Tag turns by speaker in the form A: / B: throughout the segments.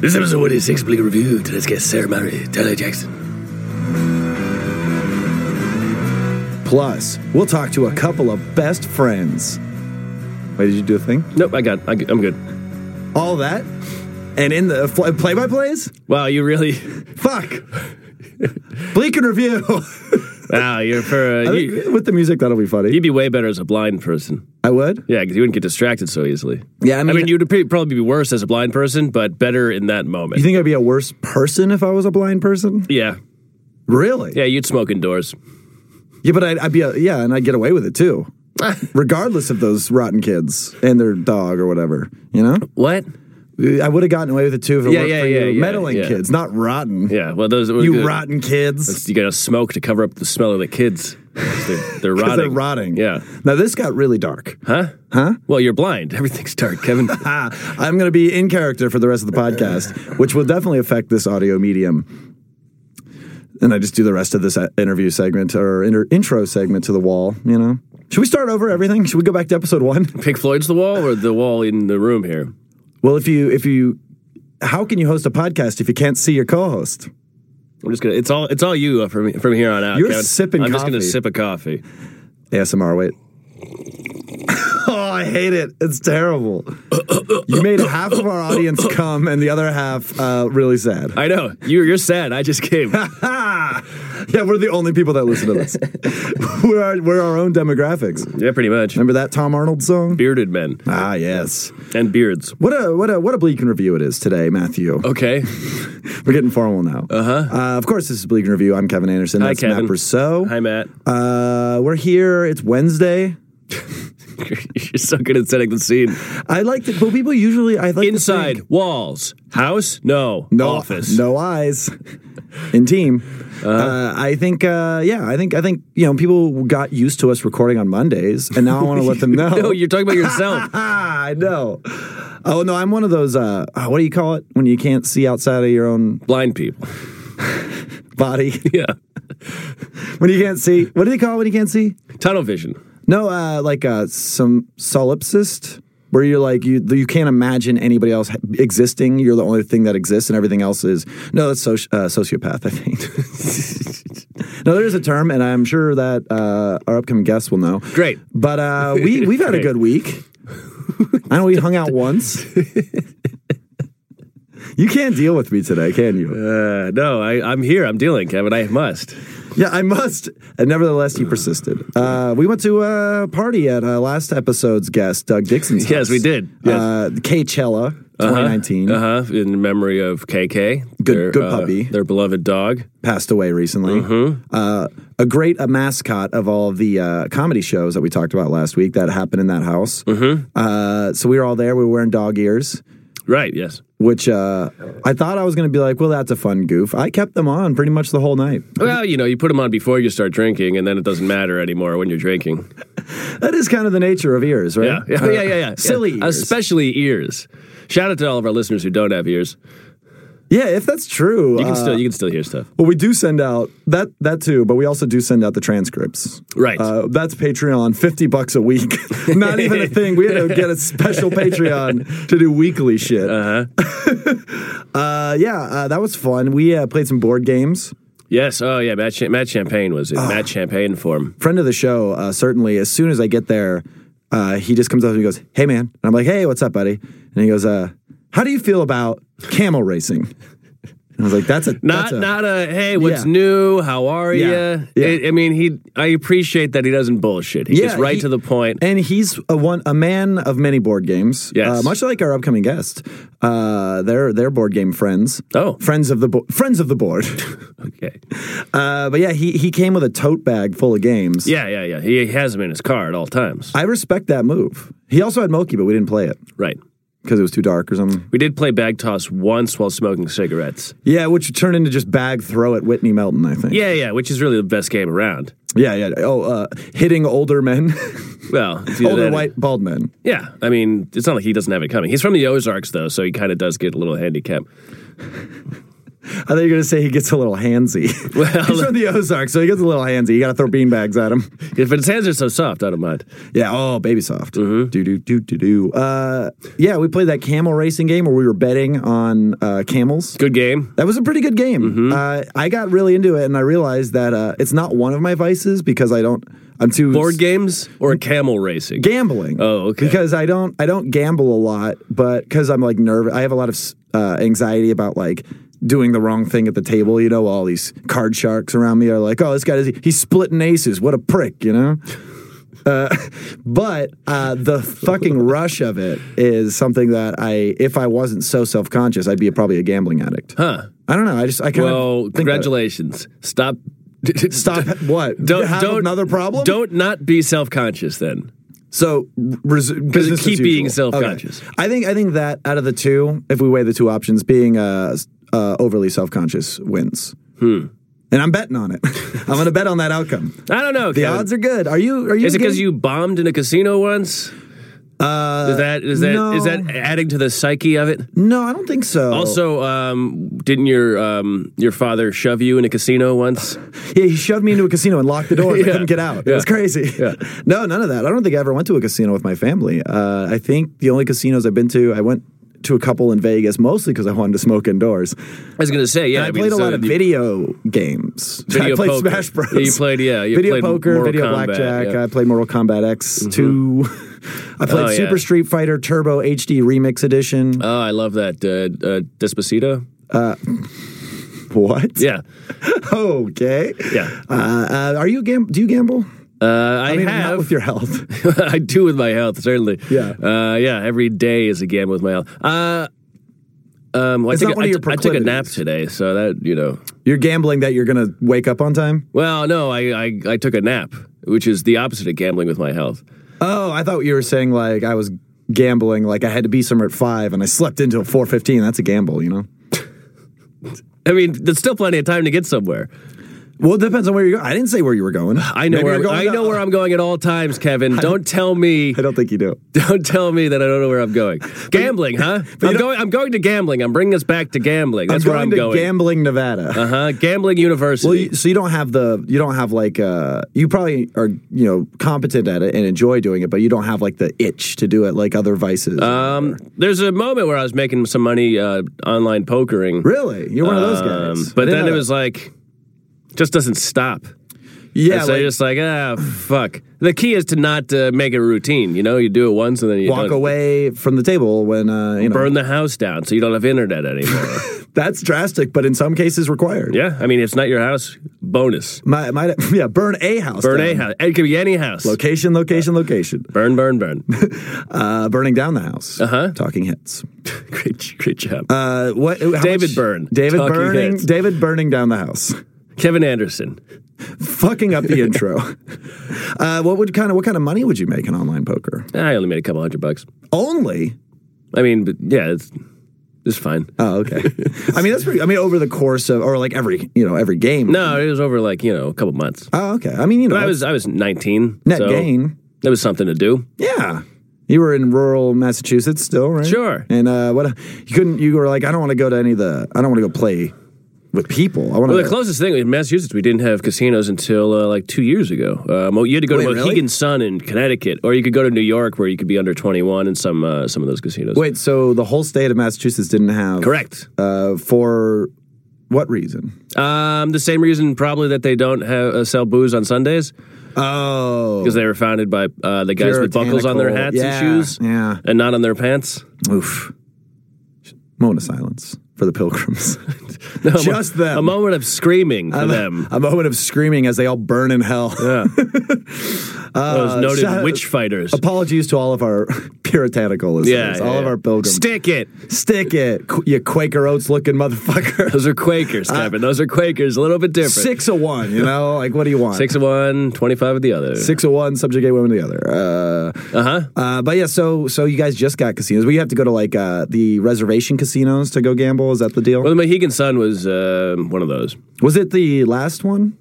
A: This episode is sensibly reviewed. Let's get ceremony. Taylor Jackson.
B: Plus, we'll talk to a couple of best friends. Wait, did you do a thing?
C: Nope, I got. I, am good.
B: All that? And in the fl- play by plays?
C: Wow, you really.
B: Fuck! Bleak and review!
C: Wow, you're for.
B: I
C: Uh, you,
B: think With the music, that'll be funny.
C: you'd be way better as a blind person.
B: I would?
C: Yeah, because you wouldn't get distracted so easily.
B: Yeah, I mean-
C: I mean you'd pre- probably be worse as a blind person, but better in that moment.
B: You think I'd be a worse person if I was a blind person?
C: yeah,
B: Really?
C: yeah, you'd smoke indoors.
B: Yeah, but I'd, I'd be, a, yeah, and I'd get away with it too. Regardless of those rotten kids and their dog or whatever, you know?
C: What?
B: I would have gotten away with it too if it
C: Yeah,
B: weren't
C: yeah,
B: for
C: yeah,
B: you
C: yeah,
B: meddling
C: yeah.
B: kids, not rotten.
C: Yeah, well, those
B: You
C: uh,
B: rotten kids.
C: You gotta smoke to cover up the smell of the kids. They're, they're
B: 'Cause
C: rotting.
B: They're rotting.
C: Yeah.
B: Now this got really dark.
C: Huh? Huh? Well, you're blind. Everything's dark, Kevin.
B: Ah, I'm going to be in character for the rest of the podcast, which will definitely affect this audio medium. And I just do the rest of this uh, interview segment or inter- intro segment to the wall. You know, should we start over everything? Should we go back to episode one?
C: Pink Floyd's the wall or the wall in the room here?
B: Well, if you if you, how can you host a podcast if you can't see your co-host?
C: I'm just gonna. It's all. It's all you uh, from from here on out.
B: You're
C: Kevin.
B: sipping
C: I'm just gonna
B: coffee.
C: sip a coffee.
B: ASMR. Wait. oh, I hate it. It's terrible. you made half of our audience come, and the other half uh, really sad.
C: I know you. You're sad. I just came.
B: Ha! Yeah, we're the only people that listen to this. we're, our, we're our own demographics.
C: yeah, pretty much.
B: Remember that Tom Arnold song?
C: Bearded men
B: Ah, yes.
C: and beards.
B: What a what a what a bleak and review it is today, Matthew.
C: Okay.
B: We're getting formal now. Uh-huh. Uh Of course, this is bleak and review. I'm Kevin Anderson.
C: Hi,
B: That's
C: Kevin.
B: Matt Brousseau.
C: Hi, Matt.
B: Uh, we're here. It's Wednesday.
C: You're so good at setting the scene.
B: I like to. But people usually I like to
C: Inside
B: think-
C: walls, house, no,
B: no
C: office. Uh-huh.
B: no eyes, in team. Uh, I think, uh, yeah, I think, I think, you know, people got used to us recording on Mondays, and now I want to let them know.
C: No, you're talking about yourself.
B: Ah, I know. Oh no, I'm one of those. Uh, oh, what do you call it when you can't see outside of your own
C: Blind people.
B: body?
C: Yeah.
B: when you can't see, what do they call it when you can't see?
C: Tunnel vision.
B: No, uh, like uh, some solipsist, where you're like you you can't imagine anybody else ha- existing. You're the only thing that exists, and everything else is no. That's soci- uh, sociopath, I think. no, there is a term, and I'm sure that uh, our upcoming guests will know.
C: Great.
B: But uh, we we've had a
C: Great.
B: good week. I know we hung out once. You can't deal with me today, can you?
C: Uh, no, I, I'm here. I'm dealing, Kevin. I must.
B: Yeah, I must. And nevertheless, you persisted. Uh, we went to a party at uh, last episode's guest, Doug Dixon's.
C: Yes,
B: house.
C: we did. Yes.
B: Uh, Coachella 2019
C: Uh huh. In memory of KK.
B: Good-
C: their,
B: good
C: uh,
B: puppy.
C: Their beloved dog.
B: passed away recently.
C: Mm-hmm.
B: Uh, a great a mascot of all the uh, comedy shows that we talked about last week that happened in that house.
C: Mm-hmm.
B: Uh, so we were all there. We were wearing dog ears.
C: Right. Yes.
B: which uh, I thought I was going to be like, well, that's a fun goof. I kept them on pretty much the whole night.
C: Well, you know, you put them on before you start drinking, and then it doesn't matter anymore when you're drinking.
B: That is kind of the nature of ears, right?
C: Yeah. Yeah. Yeah. Yeah. yeah.
B: Silly
C: Yeah.
B: ears.
C: Especially ears. Shout out to all of our listeners who don't have ears.
B: yeah, if that's true.
C: You can
B: uh,
C: still you can still hear stuff.
B: well, we do send out that that too, but we also do send out the transcripts.
C: Right.
B: Uh, that's Patreon, fifty bucks a week. Not even a thing. We had to get a special Patreon to do weekly shit. Uh-huh.
C: Uh-huh.
B: yeah, uh, that was fun. We uh, played some board games.
C: Yes. Oh, yeah. Matt, Cha- Matt Champagne was in Matt Champagne form.
B: friend of the show, uh, certainly, as soon as I get there, uh, he just comes up and he goes, Hey, man. And I'm like, Hey, what's up, buddy? And he goes, uh, How do you feel about camel racing? And I was like, That's a.
C: Not
B: that's a-
C: not a hey, what's
B: Yeah.
C: new? How are you?
B: Yeah. Yeah.
C: I, I mean, he. I appreciate that he doesn't bullshit. He gets
B: Yeah,
C: right
B: he-
C: to the point.
B: And he's a one a man of many board games.
C: Yes.
B: Uh, much like our upcoming guest, uh, they're they're board game friends.
C: Oh.
B: friends of the bo- friends of the board.
C: Okay.
B: uh, but yeah, he he came with a tote bag full of games.
C: Yeah, yeah, yeah. He has him in his car at all times.
B: I respect that move. He also had Moki, but we didn't play it
C: Right.
B: because it was too dark or something.
C: We did play bag toss once while smoking cigarettes.
B: Yeah, which turned into just bag throw at Whitney Melton, I think.
C: Yeah, yeah, which is really the best game around.
B: yeah. yeah. Oh, uh, hitting older men,
C: Well, it's either
B: older
C: that-
B: white bald men.
C: Yeah, I mean, it's not like he doesn't have it coming. He's from the Ozarks though, so he kind of does get a little handicap.
B: I thought you were gonna say he gets a little handsy. He's from the Ozarks, so he gets a little handsy. You gotta throw beanbags at him.
C: If its hands are so soft, I don't mind.
B: Yeah. Oh, baby soft. Do do do do do. Uh, yeah, we played that camel racing game where we were betting on uh, camels.
C: Good game.
B: That was a pretty good game. Uh, I got really into it, and I realized that uh, it's not one of my vices because I don't. I'm too
C: Board games or camel racing?
B: gambling.
C: Oh, okay.
B: Because I don't I don't gamble a lot, but because I'm like nervous, I have a lot of s- uh, anxiety about like doing the wrong thing at the table. You know, all these card sharks around me are like, "Oh, this guy is he's splitting aces. What a prick!" You know. Uh, but uh, the fucking rush of it is something that I, if I wasn't so self conscious, I'd be probably a gambling addict.
C: Huh.
B: I don't know. I just I kind
C: Well,
B: of think about it.
C: congratulations. Stop.
B: Stop what?
C: Don't
B: have
C: don't
B: another problem.
C: Don't not be self conscious then.
B: So res- business
C: keep
B: as
C: being
B: usual.
C: self-conscious.
B: Okay. I think I think that out of the two, if we weigh the two options, being uh, s- uh, overly self conscious wins. Hmm. And I'm betting on it. I'm going to bet on that outcome.
C: I don't know.
B: The
C: Kevin.
B: odds are good. Are you? Are you?
C: Is it because
B: getting-
C: you bombed in a casino once? Uh, is that is that is
B: no.
C: that adding to the psyche of it?
B: No, I don't think so.
C: Also, um, didn't your um, your father shove you in a casino once?
B: yeah, he shoved me into a casino and locked the door. and I
C: Yeah.
B: couldn't get out. It
C: Yeah.
B: was crazy.
C: Yeah.
B: no, none of that. I don't think I ever went to a casino with my family. Uh, I think the only casinos I've been to, I went to a couple in Vegas, mostly because I wanted to smoke indoors.
C: I was gonna say yeah.
B: I,
C: mean,
B: played
C: so
B: a lot of
C: you-
B: video games.
C: Video
B: I played
C: poker.
B: Smash Bros.
C: Yeah, you played- yeah, you
B: video
C: played
B: poker,
C: Mortal
B: video
C: Kombat,
B: blackjack.
C: yeah.
B: I played Mortal Kombat X 2 I played
C: Oh, yeah.
B: Super Street Fighter Turbo HD Remix Edition.
C: Oh, I love that uh, uh, Despacito.
B: what?
C: Yeah,
B: Okay.
C: yeah.
B: Uh, uh, are you gam? Do you gamble?
C: Uh, I,
B: I mean, not
C: have.
B: with your health.
C: I do with my health certainly.
B: Yeah.
C: uh, yeah. Every day is a gamble with my health. Uh, um, well, I,
B: It's
C: took a-
B: not one
C: I
B: of your
C: t- I took a nap
B: proclivities.
C: today, so that you know.
B: You're gambling that you're gonna wake up on time.
C: Well, no, I, I I took a nap, which is the opposite of gambling with my health.
B: Oh, I thought you were saying like I was gambling, like I had to be somewhere at five and I slept until four fifteen. That's a gamble, you know.
C: I mean, there's still plenty of time to get somewhere.
B: Well, it depends on where you're going. I didn't say where you were going.
C: I know
B: Maybe
C: where I'm,
B: you're going
C: I
B: to-
C: know where I'm going at all times, Kevin. Don't tell me.
B: I don't think you do.
C: Don't tell me that I don't know where I'm going. Gambling, huh? I'm
B: don't-
C: going. I'm going to gambling. I'm bringing us back to gambling. That's
B: I'm
C: where I'm
B: to
C: going.
B: Gambling, Nevada.
C: uh huh. Gambling University.
B: Well, you, so you don't have the you don't have like uh you probably are you know competent at it and enjoy doing it, but you don't have like the itch to do it like other vices.
C: um, there's a moment where I was making some money uh, online pokering.
B: really, you're one of those
C: Um,
B: guys. I
C: but
B: didn't
C: then
B: know
C: it was
B: that.
C: like, just doesn't stop.
B: yeah,
C: so
B: like,
C: you're just like, ah, fuck. The key is to not uh, make it routine. You know, you do it once and then you
B: walk
C: don't.
B: away from the table when uh you know
C: Burn the house down so you don't have internet anymore.
B: that's drastic, but in some cases required.
C: yeah, I mean, it's not your house. Bonus.
B: My, my, yeah, burn a house.
C: Burn
B: down.
C: a house. It could be any house.
B: Location, location, location.
C: Burn, burn, burn.
B: Uh, burning down the house.
C: Uh-huh.
B: Talking hits.
C: great, great job.
B: Uh, what? how
C: David
B: much-
C: Byrne,
B: David
C: Talking
B: burning.
C: Heads.
B: David burning down the house.
C: Kevin Anderson.
B: fucking up the intro. Uh, what would kind of what kind of money would you make in online poker?
C: I only made a couple hundred bucks.
B: Only.
C: I mean, but yeah, it's it's fine.
B: Oh, okay. I mean, that's pretty. I mean, over the course of, or like every, you know, every game.
C: No, it was over like you know a couple months.
B: Oh, okay. I mean, you know,
C: But I was I was 19.
B: net
C: so
B: gain.
C: That was something to do.
B: Yeah. You were in rural Massachusetts still, right?
C: Sure.
B: And uh, what you couldn't, you were like, I don't want to go to any of the, I don't want to go play with people. I want
C: Well,
B: to.
C: the closest thing in Massachusetts, we didn't have casinos until uh, like two years ago. Uh, Mo- you had to go
B: Wait,
C: to
B: really?
C: Mohegan Sun in Connecticut, or you could go to New York, where you could be under 21 in some uh, some of those casinos.
B: Wait, so the whole state of Massachusetts didn't have
C: Correct.
B: uh, for what reason?
C: Um, the same reason probably that they don't have, uh, sell booze on Sundays
B: Oh,
C: because they were founded by uh, the guys with buckles on their hats
B: Puritanical.
C: and shoes
B: Yeah.
C: and not on their pants.
B: yeah. Oof. Moment of silence for the pilgrims.
C: No, a mo-
B: Just them.
C: A moment of screaming for
B: A-
C: them.
B: A moment of screaming as they all burn in hell.
C: Yeah. Those noted
B: Uh, shout-
C: witch fighters.
B: Apologies to all of our puritanical
C: yeah,
B: listeners,
C: yeah,
B: all of
C: yeah.
B: our pilgrims.
C: Stick it.
B: Stick it, qu- you Quaker Oats looking motherfucker.
C: Those are Quakers, Kevin. Those are Quakers. A little bit different.
B: Uh, Six of one, you know? Like, what do you want?
C: Six of one, 25 of the other.
B: Six of one, subjugate women to the other. Uh,
C: Uh-huh.
B: uh, but yeah, so so you guys just got casinos. We have to go to like uh, the reservation casinos to go gamble. Is that the deal?
C: Well, the Mohegan Sun was uh, one of those.
B: Was it the last one?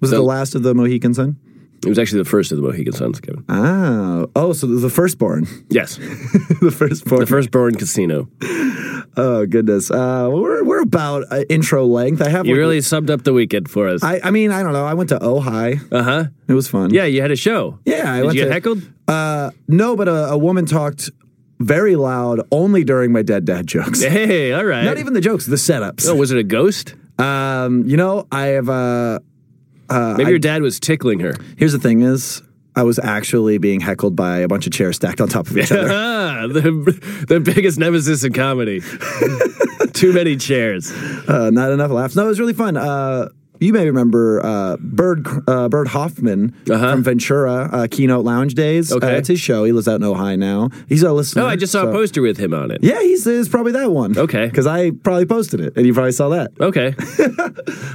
B: Was it
C: The-
B: the last of the Mohican Sun?
C: It was actually the first of the Mohegan Suns, Kevin.
B: Oh, oh, so the firstborn,
C: Yes.
B: the firstborn.
C: The firstborn casino.
B: Oh goodness. Uh, well, we're we're about uh, intro length. I have.
C: You
B: like-
C: really subbed up the weekend for us.
B: I, I mean, I don't know. I went to Ojai.
C: Uh huh.
B: It was fun.
C: Yeah, you had a show.
B: Yeah. I
C: Did
B: went
C: you get
B: to,
C: heckled?
B: Uh, no, but a, a woman talked very loud only during my dead dad jokes.
C: Hey, all right.
B: Not even the jokes, the setups.
C: Oh, was it a ghost?
B: Um, you know, I have. Uh,
C: Maybe your dad was tickling her.
B: here's the thing: is I was actually being heckled by a bunch of chairs stacked on top of each other.
C: Ah, the, the biggest nemesis in comedy. Too many chairs.
B: uh, not enough laughs. No, it was really fun. Uh, you may remember uh, Bird uh, Bird Hoffman
C: Uh-huh.
B: from Ventura uh, Keynote Lounge days. Uh,
C: Okay.
B: it's his show. He lives out in Ohio now. He's a listener.
C: No, Oh, I just saw a
B: so-
C: poster with him on it.
B: Yeah, he's, it's probably that one.
C: Okay.
B: because I probably posted it, and you probably saw that.
C: Okay.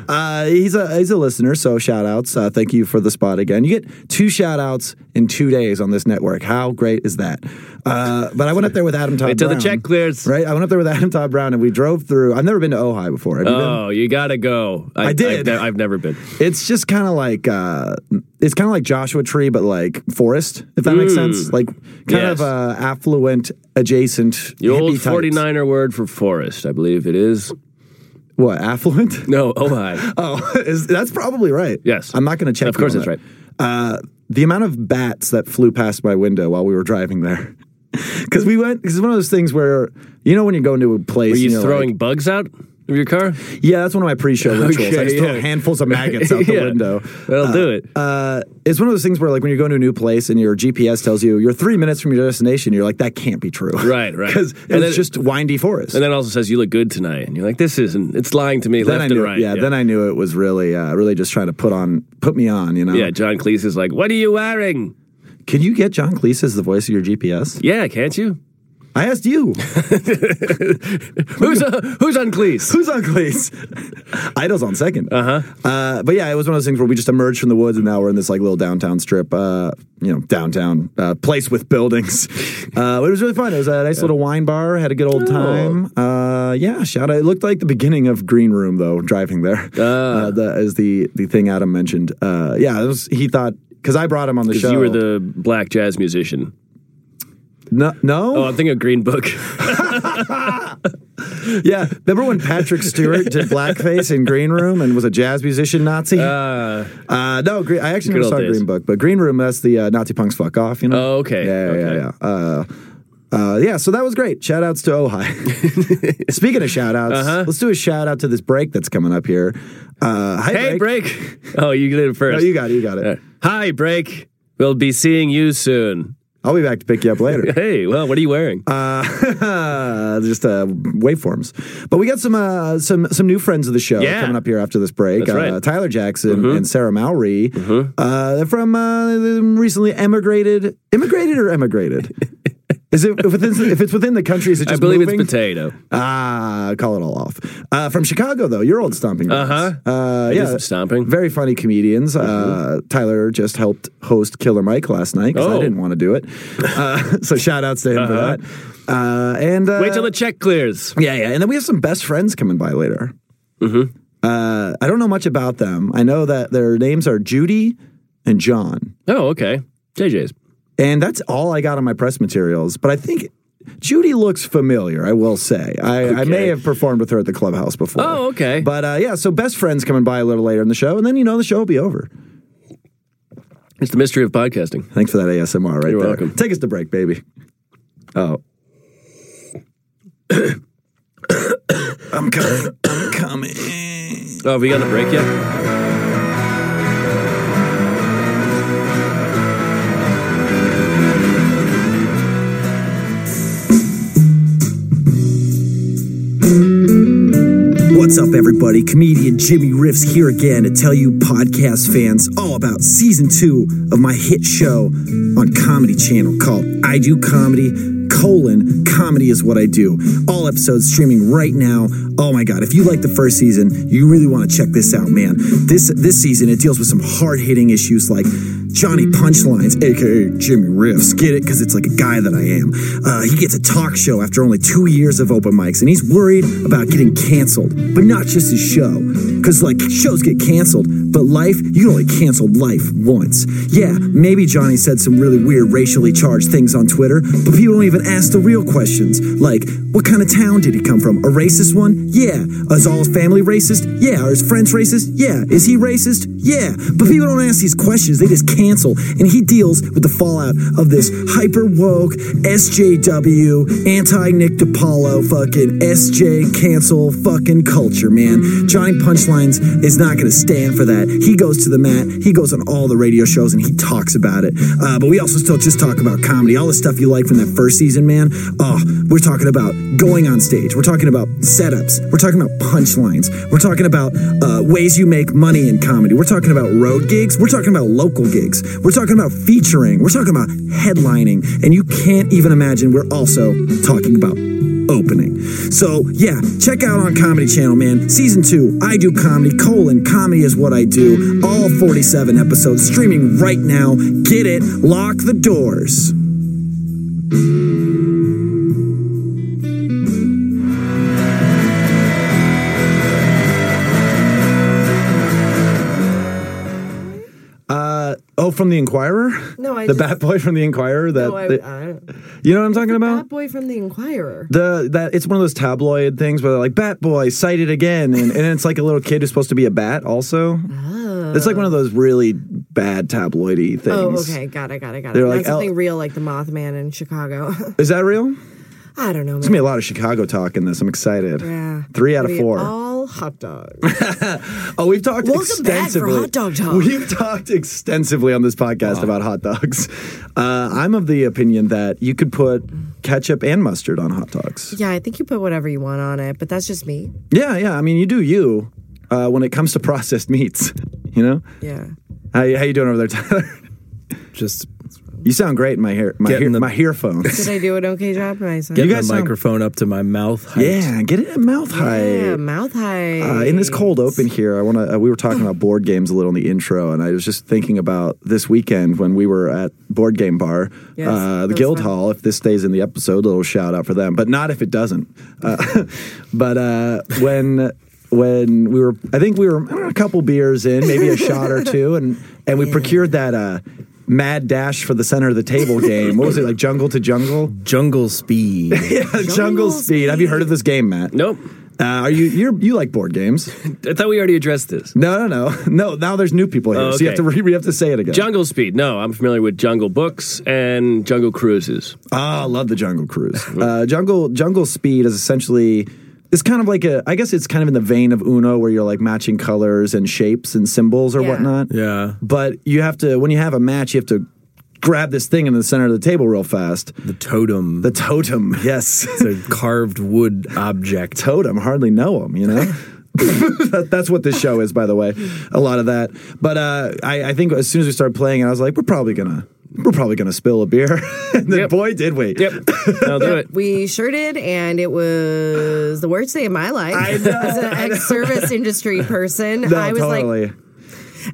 B: Uh, he's a he's a listener, so shout outs. Uh, thank you for the spot again. You get two shout outs in two days on this network. How great is that? Uh, but I went up there with Adam Todd
C: Until the
B: Brown,
C: check clears.
B: Right, I went up there with Adam Todd Brown, and we drove through. I've never been to Ojai before. Have you been?
C: Oh, you gotta go.
B: I did.
C: I've, ne- I've never been.
B: It's just kind of like uh, it's kind of like Joshua Tree, but like forest. If that makes sense, like kind
C: Mm. Yes.
B: of uh, affluent adjacent.
C: The old
B: hippie types.
C: 49er word for forest, I believe it is.
B: What affluent?
C: No, oh, hi.
B: Oh, is, that's probably right.
C: Yes.
B: I'm not going to check.
C: Of
B: you
C: course
B: on
C: it's
B: that.
C: right.
B: Uh, the amount of bats that flew past my window while we were driving there, because we went. Because it's one of those things where you know when you go into a place,
C: Were
B: and
C: you
B: you're
C: throwing
B: like,
C: bugs out of your car?
B: yeah, that's one of my pre-show rituals. I
C: Okay,
B: just throw
C: yeah.
B: handfuls of maggots out the
C: Yeah.
B: window.
C: That'll do it.
B: Uh, it's one of those things where, like, when you go into a new place and your GPS tells you you're three minutes from your destination, you're like, that can't be true.
C: Right, right.
B: Because
C: And
B: it's
C: then-
B: just windy forest.
C: And then also says you look good tonight, and you're like, this isn't. It's lying to me
B: Then
C: left
B: I
C: and
B: knew,
C: right.
B: yeah, Then I knew it was really, uh, really just trying to put on, put me on. You know.
C: yeah. John Cleese is like, what are you wearing?
B: Can you get John Cleese as the voice of your GPS?
C: Yeah, can't you?
B: I asked you.
C: Who's uh, who's on Cleese?
B: Who's on Cleese? Idol's on second. Uh-huh. But yeah, it was one of those things where we just emerged from the woods and now we're in this like little downtown strip, uh, you know, downtown uh, place with buildings. Uh, but it was really fun. It was a nice little wine bar. Had a good old time. Uh, yeah, shout out. It looked like the beginning of Green Room though. Driving there, uh. the, as the the thing Adam mentioned. Uh, yeah, it was, he thought because I brought him on the
C: Because
B: show.
C: you were the black jazz musician.
B: no, no?
C: Oh, I'm thinking of Green Book.
B: Yeah, remember when Patrick Stewart did blackface in Green Room and was a jazz musician Nazi?
C: Uh,
B: Uh, no, Green, I actually
C: Good
B: never
C: old
B: saw
C: days.
B: Green Book, but Green Room, that's the uh, Nazi punks fuck off, you know?
C: Oh, okay,
B: Yeah, yeah,
C: okay.
B: yeah. yeah. Uh, uh, yeah, so that was great. Shout outs to Ojai. Speaking of shout outs,
C: Uh-huh.
B: let's do a shout out to this break that's coming up here. Uh, hi,
C: hey, break. Oh, you did it
B: No,
C: first.
B: you got it. You got it.
C: Uh, Hi, break. We'll be seeing you soon.
B: I'll be back to pick you up later.
C: Hey, well, what are you wearing?
B: Uh, just uh, waveforms. But we got some uh, some some new friends of the show
C: Yeah.
B: coming up here after this break.
C: That's
B: uh,
C: right. Mm-hmm.
B: Tyler Jackson and Sarah Mowry. Uh, they're from uh, they recently emigrated. Immigrated or emigrated? Is it if it's, if it's within the country? Is it
C: I
B: just
C: believe
B: moving?
C: it's potato.
B: Ah, call it all off. Uh, from Chicago though, your old stomping. grounds.
C: Uh-huh.
B: Uh,
C: I did
B: yeah.
C: some stomping. Mm-hmm.
B: Very funny comedians. Uh, Tyler just helped host Killer Mike last night because I
C: Oh. Uh-huh.
B: didn't want to do it. Uh, so shout outs to him for that. Uh, and uh,
C: Wait till the check clears.
B: yeah, yeah. And then we have some best friends coming by later.
C: Mm-hmm.
B: Uh, I don't know much about them. I know that their names are Judy and John,
C: Oh, okay. JJ's.
B: and that's all I got on my press materials. But I think Judy looks familiar. I will say I, I may
C: Okay.
B: have performed with her at the clubhouse before.
C: Oh, okay.
B: But uh, yeah, so best friends coming by a little later in the show, and then you know the show will be over.
C: It's the mystery of podcasting.
B: Thanks for that ASMR right
C: You're
B: there.
C: welcome.
B: Take us to break, baby. Oh. I'm coming. I'm coming.
C: Oh, have we got a break yet?
B: What's up, everybody? Comedian Jimmy Riffs here again to tell you, podcast fans, all about season two of my hit show on Comedy Channel called I Do Comedy colon comedy is what I do. All episodes streaming right now. Oh my god, if you like the first season, you really want to check this out, man. This this season it deals with some hard-hitting issues like Johnny Punchlines, aka Jimmy Riffs. Get it? Because it's like a guy that I am. Uh, he gets a talk show after only two years of open mics, and he's worried about getting canceled. But not just his show.
D: because like shows get canceled, but life, you can only cancel life once. Yeah, maybe Johnny said some really weird racially charged things on Twitter, but people don't even ask the real questions like, what kind of town did he come from? A racist one? Yeah. Is all his family racist? Yeah. Are his friends racist? Yeah. Is he racist? Yeah. But people don't ask these questions, they just cancel. And he deals with the fallout of this hyper woke SJW anti Nick DiPaolo fucking SJ cancel fucking culture, man. Johnny Punchlines is not going to stand for that. He goes to the mat, he goes on all the radio shows, and he talks about it. Uh, but we also still just talk about comedy. All the stuff you like from that first season, man. Oh, we're talking about going on stage. We're talking about setups. We're talking about punchlines. We're talking about uh, ways you make money in comedy. We're talking about road gigs. We're talking about local gigs. We're talking about featuring. We're talking about headlining. And you can't even imagine we're also talking about opening. So yeah, check out on Comedy Channel, man. Season two, I do comedy, colon, comedy is what I do. All 47 episodes streaming right now. Get it, lock the doors.
B: Oh, from the Inquirer.
E: No, I
B: the
E: just-
B: Bat Boy from the Inquirer. That
E: No, I,
B: that-
E: I,
B: you know what I'm talking about.
E: Bat Boy from the Inquirer.
B: the that it's one of those tabloid things where they're like Bat Boy sighted again, and, and it's like a little kid who's supposed to be a bat. Also, it's like one of those really bad tabloidy
E: Oh,
B: things.
E: okay, got it, got it, got
B: They're
E: it.
B: like,
E: Not something
B: "Oh."
E: real like the Mothman in Chicago.
B: Is that real?
E: I don't know.
B: There's gonna be a lot of Chicago talk in this. I'm excited.
E: Yeah.
B: Three out of
E: We
B: four.
E: All hot dogs.
B: Oh, we've talked
E: Welcome back for
B: extensively.
E: hot dog talk.
B: We've talked extensively on this podcast about hot dogs. Uh, I'm of the opinion that you could put ketchup and mustard on hot dogs.
E: yeah, I think you put whatever you want on it, but that's just me.
B: Yeah, yeah. I mean, you do you uh, when it comes to processed meats. You know,
E: Yeah.
B: how, how you doing over there, Tyler?
C: Just
B: You sound great in my hair, my
C: Getting
B: ear,
C: the-
B: my earphones.
E: Did I do an okay job? Nice.
C: get
B: You
C: my
B: guys sound-
C: microphone up to my mouth. height.
B: yeah, get it at mouth
E: yeah,
B: height.
E: mouth high.
B: Uh, in this cold open here, I want to. Uh, we were talking about board games a little in the intro, and I was just thinking about this weekend when we were at Board Game Bar,
E: Yes,
B: uh,
E: that
B: the
E: was
B: Guild
E: fun.
B: Hall. If this stays in the episode, a little shout out for them, but not if it doesn't. Uh, but uh, when when we were, I think we were I don't know, a couple beers in, maybe a shot or two, and and we procured that. Uh, Mad dash for the center of the table game. What was it like? Jungle to jungle.
C: Jungle speed.
B: Yeah, jungle, speed. Have you heard of this game, Matt?
F: Nope.
B: Uh, are you you you like board games?
F: I thought we already addressed this.
B: No, no, no, no. Now there's new people here,
F: Oh,
B: so you have to
F: okay.
B: re- we have to say it again.
F: Jungle Speed. No, I'm familiar with Jungle Books and Jungle Cruises.
B: Ah, I love the Jungle Cruise. Uh, jungle Jungle Speed is essentially it's kind of like a I guess it's kind of in the vein of Uno where you're like matching colors and shapes and symbols or
E: Yeah.
B: whatnot.
C: Yeah.
B: But you have to when you have a match, you have to grab this thing in the center of the table real fast.
C: The totem.
B: The totem, yes.
C: it's a carved wood object.
B: totem hardly know him you know that, that's what this show is by the way a lot of that but uh, I, I think as soon as we started playing i was like we're probably gonna we're probably gonna spill a beer and then
F: Yep.
B: boy did we
F: Yep. I'll do it.
E: We sure did, and it was the worst day of my life.
B: I know,
E: As an ex-service industry person,
B: no,
E: I was like,
B: totally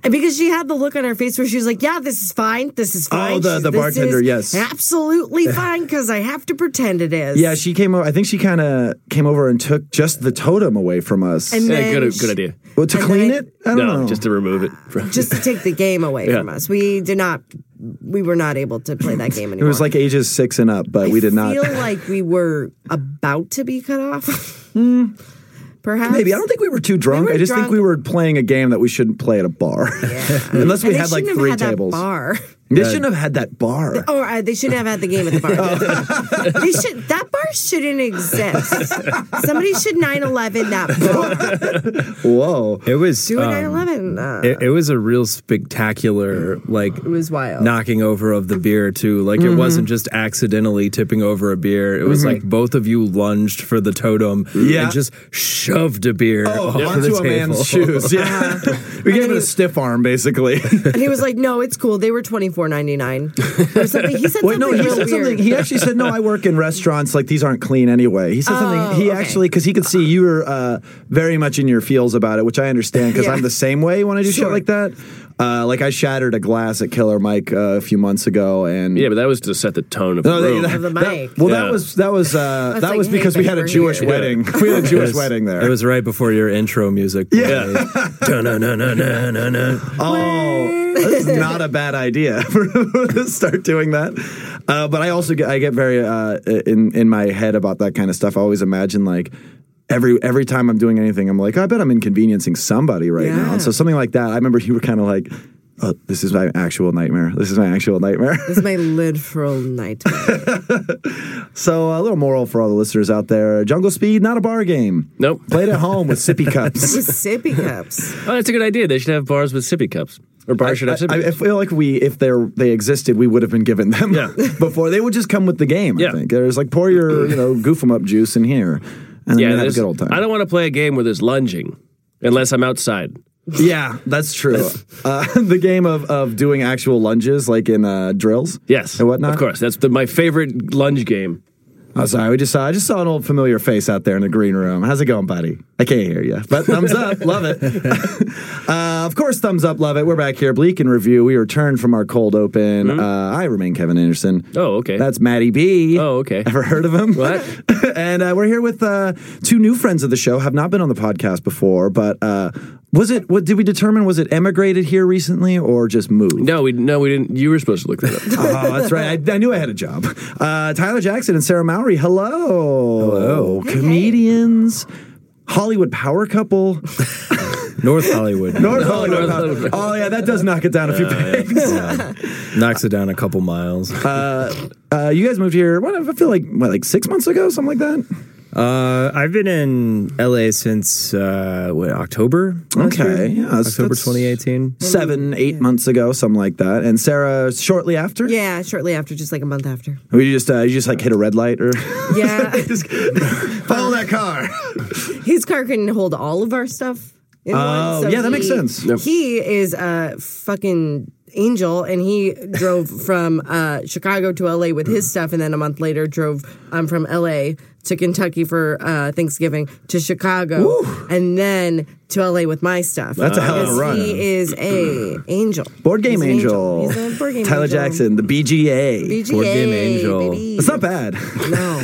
E: And because she had the look on her face where she was like, "Yeah, this is fine. This is fine."
B: Oh, the-
E: She's-
B: the
E: this
B: bartender,
E: is
B: yes.
E: absolutely fine because I have to pretend it is.
B: yeah she came over i think she kind of came over and took just the totem away from us
E: And-
F: Yeah, good,
E: Mensch.
F: good idea.
B: well, to
E: and
B: clean
E: then-
B: it i don't
F: No,
B: know
F: just to remove it. from-
E: just to take the game away
F: Yeah.
E: from us. We did not. We were not able to play that game
B: it
E: anymore.
B: was like ages six and up but we did
E: I
B: not
E: feel like we were about to be cut off. Perhaps
B: Hmm. Maybe I don't think we were too drunk.
E: were
B: I just think
E: drunk.
B: we were playing a game that we shouldn't play at a bar, unless
E: And
B: we
E: they
B: had like
E: shouldn't have
B: three
E: had that
B: tables.
E: bar.
B: They shouldn't have had that bar.
E: Or uh, they shouldn't have had the game at the
B: Oh.
E: bar. they should. That bar shouldn't exist. Somebody should 9-11 that bar.
B: Whoa.
C: It was
E: Do a
C: um,
E: 9-11. Uh,
C: it, it was a real spectacular like
E: It was wild.
C: knocking over of the beer too. Like
B: Mm-hmm.
C: it wasn't just accidentally tipping over a beer. It was like both of you lunged for the totem
B: Yeah.
C: and just shoved a beer off
B: Oh,
C: of
B: onto
C: the
B: a
C: table.
B: man's Uh-huh. shoes. Yeah. we gave it a stiff arm, basically.
E: and he was like, "No, it's cool. They were twenty four ninety nine or something." He said
B: Wait,
E: something
B: no, he
E: real
B: said
E: weird.
B: something. He actually said, "No, I work in restaurants. Like these aren't clean anyway." He
G: Oh,
B: said something. He
E: okay.
B: actually, because he could see you were uh, very much in your feels about it, which I understand because
E: Yeah.
B: I'm the same way when I do shit
E: Sure.
B: like that. Uh, like I shattered a glass at Killer Mike uh, a few months ago, and Oh,
C: Yeah, but that was to set the tone of
B: No,
C: the
B: they-
C: room.
B: that-
G: Of the
B: that-
G: mic.
B: well,
C: Yeah.
B: that was that was uh,
G: That's
B: that
G: like,
B: was
G: hey,
B: because we
G: guys,
B: had a
G: we're
B: Jewish
G: here.
B: wedding. We had a Jewish
H: Yes.
B: wedding there.
H: It was right before your intro music.
B: Yeah. Oh, that's not a bad idea. Start doing that. Uh, but I also get I get very uh, in in my head about that kind of stuff. I always imagine like. Every every time I'm doing anything, I'm like, "Oh, I bet I'm inconveniencing somebody right now.
G: Yeah.
B: And so something like that. I remember you were kind of like, oh, this is my actual nightmare. This is my actual nightmare.
G: This is my literal nightmare.
B: so a little moral for all the listeners out there: Jungle Speed, not a bar game.
C: Nope.
B: Played at home with sippy cups.
G: With sippy cups.
C: Oh, that's a good idea. They should have bars with sippy cups, or bars should have sippy.
B: I, I
C: cups.
B: feel like we, if they they existed, we would have been given them
C: Yeah.
B: before. They would just come with the game. I
C: Yeah.
B: think there's like pour your you know goof 'em up juice in here, and then
C: yeah,
B: we have a
C: there's-
B: good old time.
C: I don't want to play a game where there's lunging, unless I'm outside.
B: yeah, that's true. uh, the game of of doing actual lunges, like in uh, drills.
C: Yes,
B: and whatnot.
C: Of course, that's the, my favorite lunge game.
B: Oh, sorry. We just saw. I just saw an old familiar face out there in the green room. How's it going, buddy? I can't hear you, but thumbs up, love it. uh, of course, thumbs up, love it. We're back here, bleak and review. We returned from our cold open. Uh, I remain Kevin Anderson.
C: Mm-hmm. Oh, okay.
B: That's Maddie B.
C: Oh, okay.
B: Ever heard of him?
C: What?
B: and uh, we're here with uh, two new friends of the show. Have not been on the podcast before, but uh, was it? What did we determine? Was it emigrated here recently or just moved?
C: No, we no, we didn't. You were supposed to look that up.
B: oh, that's right. I, I knew I had a job. Uh, Tyler Jackson and Sarah Mowry. Hello. Hello. Comedians. Hollywood power couple.
H: North Hollywood
B: North Hollywood.
C: North
B: power-
C: Hollywood.
B: Oh yeah, that does knock it down a few pegs.
H: knocks it down a couple miles.
B: Uh, you guys moved here. What I feel like, what like six months ago, something like that.
H: Uh, I've been in LA since uh, what October? last
B: Okay,
H: year?
B: yeah, that's-
H: October
B: that's-
H: 2018.
B: Seven, eight months ago, something like that. And Sarah, shortly after.
G: Yeah, shortly after, just like a month after.
B: We just uh, you just like hit a red light or
G: Yeah.
B: just follow that car.
G: His car can hold all of our stuff. in one,
B: Oh, yeah, that makes
G: he-
B: sense.
G: He is a fucking angel, and he drove from uh, Chicago to LA with
B: Mm.
G: his stuff, and then a month later drove um, from LA to Kentucky for uh, Thanksgiving to Chicago, and then to LA with my stuff.
B: That's a hell of a
G: Because
B: run.
G: He is a angel.
B: Board
G: He's
B: game
G: an
B: angel.
G: He's a board game
B: Tyler
G: angel.
B: Jackson, the BGA.
G: BGA,
H: Board game angel.
G: baby.
B: It's not bad.
G: No,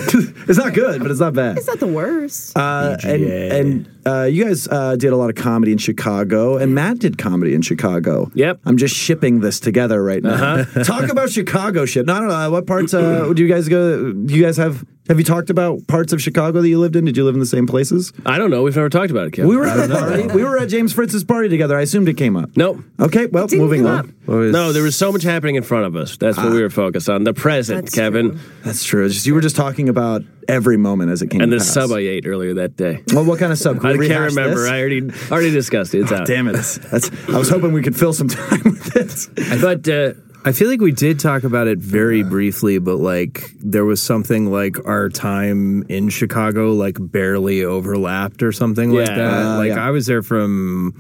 B: it's not good, but it's not bad.
G: it's not the worst.
B: Uh, and
H: BGA.
B: and uh, you guys uh, did a lot of comedy in Chicago, and Matt did comedy in Chicago.
C: Yep. Uh-huh.
B: I'm just shipping this together right now. Talk about Chicago shit. No, no, no. What parts uh, do you guys go? Do you guys have? Have you talked about parts of Chicago that you lived in? Did you live in the same places?
C: I don't know. We've never talked about it, Kevin.
B: We were at a party. We were at James Fritz's party together. I assumed it came up.
C: nope.
B: Okay. Well,
G: didn't
B: moving
G: come
B: on.
G: up.
C: No, there was so much happening in front of us. That's
B: Ah.
C: what we were focused on. The present,
G: That's
C: Kevin,
B: That's true. It's just, you were just talking about every moment as it came.
C: and the
B: past.
C: sub I ate earlier that day.
B: Well, what kind of sub? Can we
C: I can't
B: rehash
C: remember.
B: this?
C: I already already discussed it. It's out.
B: Damn it! That's, I was hoping we could fill some time with this.
C: But uh,
H: I feel like we did talk about it very briefly, but like there was something like our time in Chicago like barely overlapped or something like
C: Yeah.
H: that.
B: Uh,
H: like
B: yeah.
H: I was there from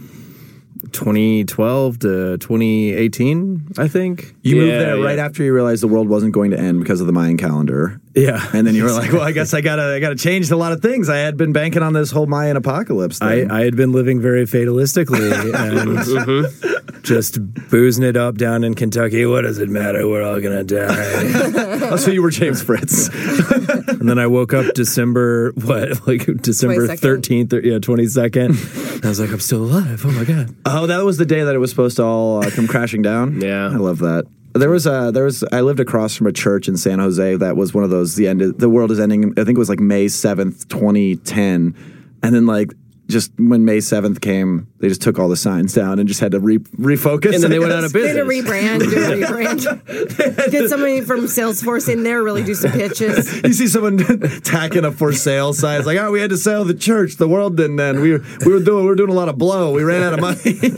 H: 2012 to 2018, I think.
B: You moved
C: Yeah,
B: there right
C: yeah.
B: after you realized the world wasn't going to end because of the Mayan calendar.
H: Yeah.
B: And then you were like, "Well, I guess I gotta, I gotta change a lot of things." I had been banking on this whole Mayan apocalypse.
H: I,
B: Thing.
H: I had been living very fatalistically and
B: Mm-hmm.
H: just boozing it up down in Kentucky. What does it matter? We're all gonna die.
B: oh, so you were James Fritz.
H: and then I woke up December what, like December
G: 22nd?
H: thirteenth, yeah, twenty second. I was like, I'm still alive. Oh my god!
B: Oh, that was the day that it was supposed to all uh, come crashing down.
C: Yeah.
B: I love that. There was a there was I lived across from a church in San Jose that was one of those the end the world is ending. I think it was like May seventh, twenty ten, and then like just when May seventh came, they just took all the signs down and just had to re- refocus.
C: and then
B: I
C: they went
B: guess.
C: out of
G: Did a
C: business.
G: rebrand, do a rebrand. Get somebody from Salesforce in there, really do some pitches.
B: You see someone tacking a for sale sign. It's like, oh, we had to sell the church. The world didn't end. We were, we were doing we were doing a lot of blow. We ran out of money.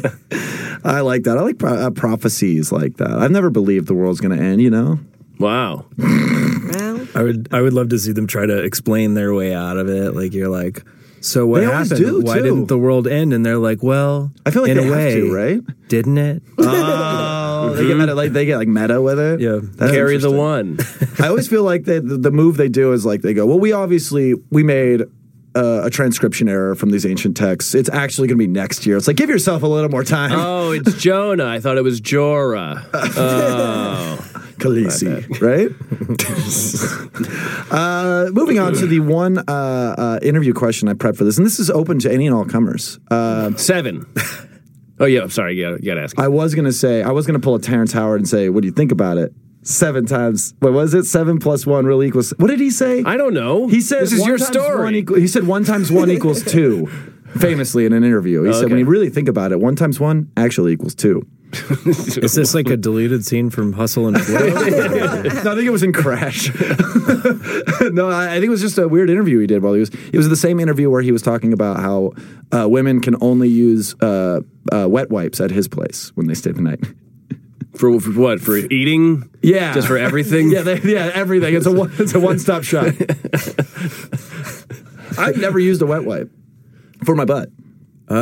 B: I like that. I like pro- uh, prophecies like that. I've never believed the world's going to end. You know,
C: Wow.
G: Well,
H: I would I would love to see them try to explain their way out of it. Like you're like, so what
B: They always
H: happened?
B: do,
H: Why
B: too.
H: didn't the world end? And they're like, well,
B: I feel like
H: in
B: they
H: a
B: have
H: way,
B: to, right?
H: Didn't it?
B: Oh, they get meta, like they get like meta with it.
H: Yeah.
B: That's
C: Carry the
B: interesting.
C: one.
B: I always feel like they, the, the move they do is like they go, well, we obviously we made uh, a transcription error from these ancient texts. It's actually going to be next year. It's like give yourself a little more time,
C: Oh, it's Jonah. I thought it was Jorah.
B: Khaleesi, right? uh, moving on to the one uh, uh, interview question I prepped for this, and this is open to any and all comers. Uh,
C: Seven. Oh yeah, I'm sorry. You gotta, you gotta ask.
B: I was gonna say I was gonna pull a Terrence Howard and say, "What do you think about it?" Seven times. What was it? Seven plus one really equals. What did he say?
C: I don't know.
B: He said
C: this is
B: one
C: your
B: times
C: story.
B: one e- equal- he said one times one equals two. Famously in an interview, he said,
C: Okay.
B: "When you really think about it, one times one actually equals two.
H: Is this like a deleted scene from Hustle and Flow?
B: no, I think it was in Crash. no, I, I think it was just a weird interview he did while he was. It was the same interview where he was talking about how uh, women can only use uh, uh, wet wipes at his place when they stay the night.
C: for, for what? For eating?
B: Yeah,
C: Just for everything?
B: yeah, they, yeah, everything. It's a one, it's a one stop shop. I've never used a wet wipe for my butt.
E: I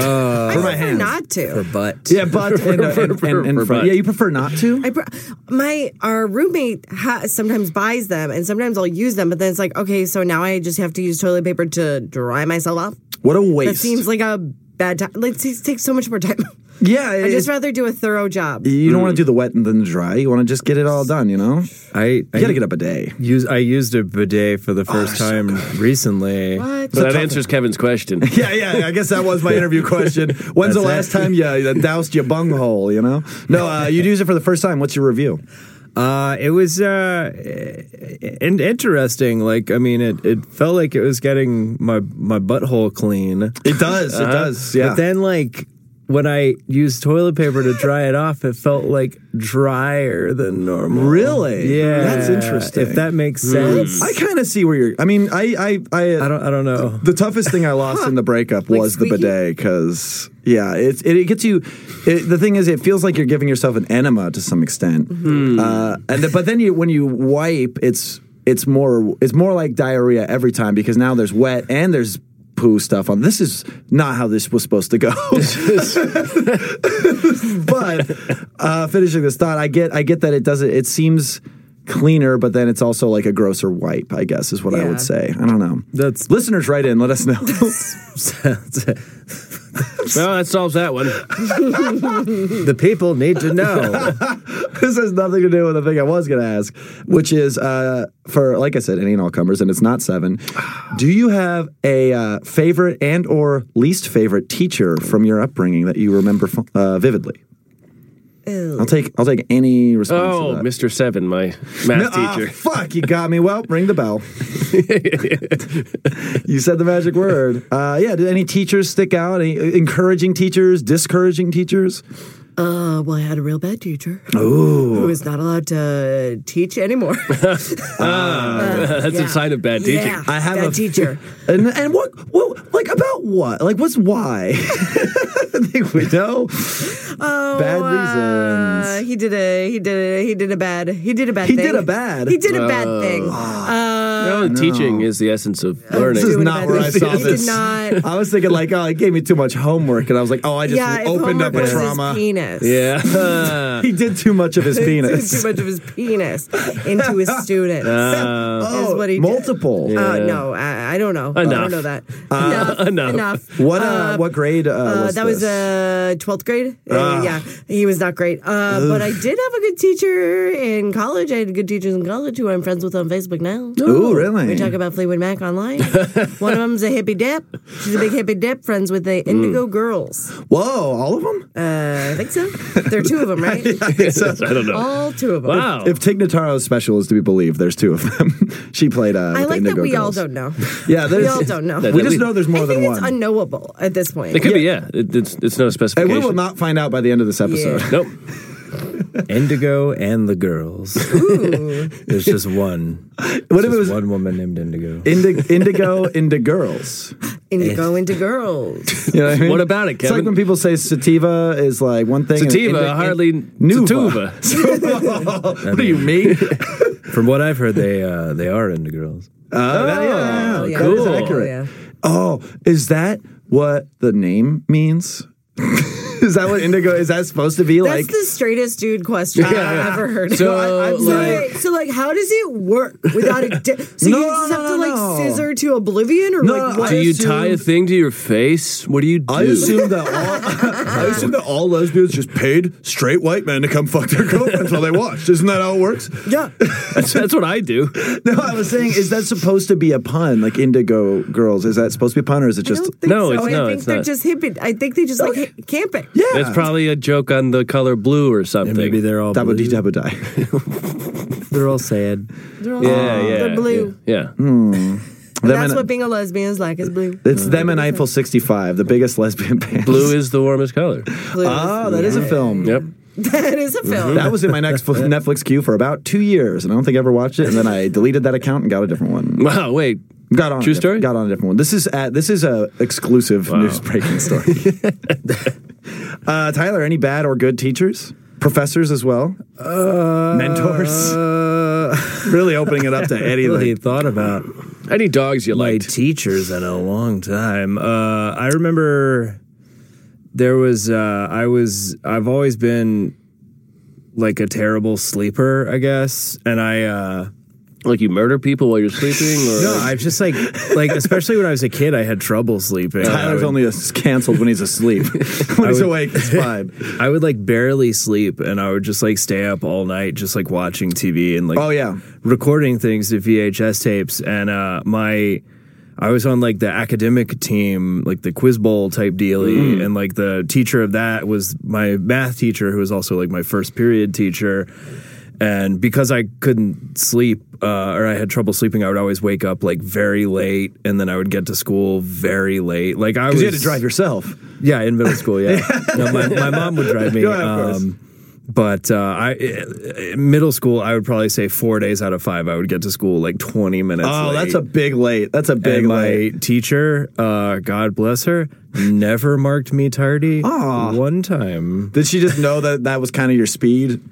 B: my
E: prefer
B: hands.
E: not to.
H: but
B: Yeah, butt and, uh,
C: for-
B: and,
C: for-
B: and, and
C: for
B: front.
C: butt.
B: Yeah, you prefer not to.
E: I pr- my our roommate ha- sometimes buys them, and sometimes I'll use them. But then it's like, okay, so now I just have to use toilet paper to dry myself off.
B: What a
E: That
B: waste.
E: seems like a bad time. Like it takes so much more time.
B: yeah,
E: I
B: it-
E: just rather do a thorough job.
B: you don't want to do the wet and then the dry. You want to just get it all done. You know,
H: I, I
B: you gotta get up a day.
H: Use I used a bidet
B: Oh,
H: for the first time recently.
E: What?
C: So that answers Kevin's question.
B: Yeah, yeah. I guess that was my interview question. When's the last time you uh, doused your bunghole? You know, no, uh, you'd use it for the first time. What's your review?
H: Uh, it was uh, and interesting. Like I mean, it, it felt like it was getting my my butthole clean.
B: It does. It does. Yeah.
H: But then like when I used toilet paper to dry it off, it felt like drier than normal.
B: Really?
H: Yeah.
B: That's interesting. Hmm.
H: If that makes sense.
B: I kind of see where you're. I mean, I, I, I,
H: I don't I don't know.
B: The toughest thing I lost in the breakup
E: Like
B: was the
E: squeaky?
B: bidet because yeah, it, it it gets you. It, the thing is, it feels like you're giving yourself an enema to some extent.
E: Hmm.
B: Uh, and th- but then you when you wipe, it's it's more it's more like diarrhea every time because now there's wet and there's poo stuff on. This is not how this was supposed to go. but uh, finishing this thought, I get I get that it doesn't. It seems. Cleaner, but then it's also like a grosser wipe, I guess, is what I
E: Yeah.
B: would say. I don't know.
H: That's
B: Listeners, write in. Let us know.
C: well, that solves that one.
H: the people need to know.
B: this has nothing to do with the thing I was going to ask, which is uh, for like I said, any and all comers, and it's not seven. Do you have a uh, favorite and or least favorite teacher from your upbringing that you remember fu- uh, vividly? I'll take I'll take any response.
C: Oh,
B: to that.
C: Mr. Seven, my
B: No-
C: math
B: ah,
C: teacher.
B: fuck, you got me. Well, ring the bell. you said the magic word. Uh, yeah, did any teachers stick out? Any uh, encouraging teachers, discouraging teachers?
E: Uh, well, I had a real bad teacher who was not allowed to teach anymore.
C: That's
E: Yeah.
C: a sign of bad teaching.
E: Yeah,
B: I have
E: bad
B: a-
E: teacher.
B: And and what what like about what? Like what's why? I think we know.
E: Oh,
B: Bad
E: Uh, he did a he did a he did a bad he did a bad
B: He
E: thing.
B: did a bad. Ah,
E: he did a bad thing. Uh,
C: No, teaching is the essence of learning.
B: is
E: doing a
B: not
E: bad
B: where
E: thing.
B: I saw
E: he
B: this.
E: Did not,
B: I was thinking like, oh, it gave me too much homework, and I was like, oh, I just
E: yeah, if
B: opened up
E: homework
B: a
E: was his
B: trauma.
E: penis.
C: yeah.
B: He did too much of his
E: Penis.
B: penis.
E: too much of his penis into his students. is what he did.
B: multiple.
E: Uh, no, I, I don't know. I
C: Enough.
E: don't know that. enough,
C: enough.
E: enough.
B: What uh, what grade uh,
E: Uh,
B: was
E: that was
B: this? Ah.
E: uh, 12th grade. Uh, yeah, he was not great. Uh, but I did have a good teacher in college. I had good teachers in college who I'm friends with on Facebook now. Oh.
B: Ooh, really?
E: We talk about Fleetwood Mac online. One of them's a hippie dip. She's a big hippie dip, friends with
B: Hmm.
E: the Indigo Girls.
B: Whoa, all of them?
E: Uh, I think so. There are two of them, right?
C: I don't know.
E: All two of them.
C: wow.
B: If Tignataro's special is to be believed, there's two of them. she played. Uh,
E: I
B: with the
E: like that
B: Indigo
E: we all
B: Girls.
E: don't know.
B: Yeah, there's,
E: We all don't know.
B: We just
C: least-
B: know there's
E: I
B: more
E: think
B: than
E: it's
B: one.
E: unknowable at this point.
C: it could be, yeah. It, it's, it's not a
B: and
C: specification.
B: we will not find out by the end of this episode.
C: Nope.
H: Indigo and the girls. There's just one.
B: What if
H: Just
B: it was
H: one woman named Indigo.
B: Indi- indigo into girls.
E: Indigo into girls.
B: You know what I mean?
C: What about it,
B: It's like
C: Kevin?
B: when people say sativa is like one thing. and
C: Sativa,
B: indi-
C: hardly
B: Nuva.
C: sativa.
B: what do you mean?
H: From what I've heard, they uh, they are into girls.
B: Uh, that- yeah,
E: Oh,
B: yeah,
E: yeah.
B: that is
C: cool.
B: accurate.
E: Yeah.
B: Oh, is that what the name means? is that what indigo is that supposed to be
G: That's
B: like?
G: the straightest dude question I've ever heard.
C: So,
G: I- I'm
E: So, wait, so like, how does it work without a? Di- so
B: No,
E: you
B: no,
E: just have
B: no,
E: to like
B: no.
E: scissor to oblivion, or like what?
B: I
C: do you
B: assume-
C: tie a thing to your face? What do you do?
B: I assume that all I assume that all lesbians just paid straight white men to come fuck their girlfriends while they watched. Isn't that how it works?
E: yeah,
C: that's, that's what I do.
B: No, I was saying, is that supposed to be a pun? Like indigo girls, is that supposed to be a pun, or is it
G: I
B: just?
G: don't think
C: No,
G: so.
C: it's-
G: I
C: no,
G: think
C: it's
G: they're
C: not.
G: just hippie. I think they just like hi- camping.
B: yeah,
C: That's probably a joke on the color blue or something.
H: And maybe they're all
B: Dabba dee dabba
H: blue.
B: die.
H: They're all sad.
G: They're all
C: yeah, yeah,
G: They're blue.
C: Yeah.
B: Hmm.
G: And
B: Them
G: that's
B: and-
G: what being a lesbian is like. Is blue.
B: It's them and Eiffel 65, the biggest lesbian band.
C: Blue is the warmest color.
G: Blue.
B: Oh, that is a film.
C: Yep.
G: that is a film.
B: That was in my next Netflix queue for about two years, and I don't think I ever watched it. And then I deleted that account and got a different one.
C: Wow. Wait.
B: Got on a
C: True
B: diff-
C: story?
B: Got on a different one. This is at, this is a exclusive news breaking story. uh, Tyler, any bad or good teachers, professors as well, mentors?
H: Uh,
B: Really opening it up to anything.
H: really thought about
C: Any dogs you
H: my
C: liked?
H: teachers in a long time. Uh, I remember there was uh, I was I've always been like a terrible sleeper, I guess, and I. Uh,
C: Like you murder people while you're sleeping? Or
H: no, I've just like, like especially when I was a kid, I had trouble sleeping. I
B: Tyler's
H: would-
B: only as canceled when he's asleep. when he's
H: would-
B: awake, it's fine.
H: I would like barely sleep, and I would just like stay up all night, just like watching TV and like
B: Oh yeah,
H: recording things to VHS tapes. And uh, my I was on like the academic team, like the quiz bowl type dealie,
B: Mm.
H: and like the teacher of that was my math teacher, who was also like my first period teacher. And because I couldn't sleep uh, or I had trouble sleeping, I would always wake up like very late, and then I would get to school very late. Like I
B: because
H: was
B: you had to drive yourself.
H: yeah, in middle school. Yeah, No, my, my mom would drive me.
B: Yeah, of course.
H: but uh, I, i- i- middle school, I would probably say four days out of five, I would get to school like twenty minutes.
B: Oh,
H: late.
B: that's a big late. That's a big
H: And my
B: late.
H: teacher, uh, God bless her, never marked me tardy
B: Aw.
H: one time.
B: Did she just know that that was kind of your speed?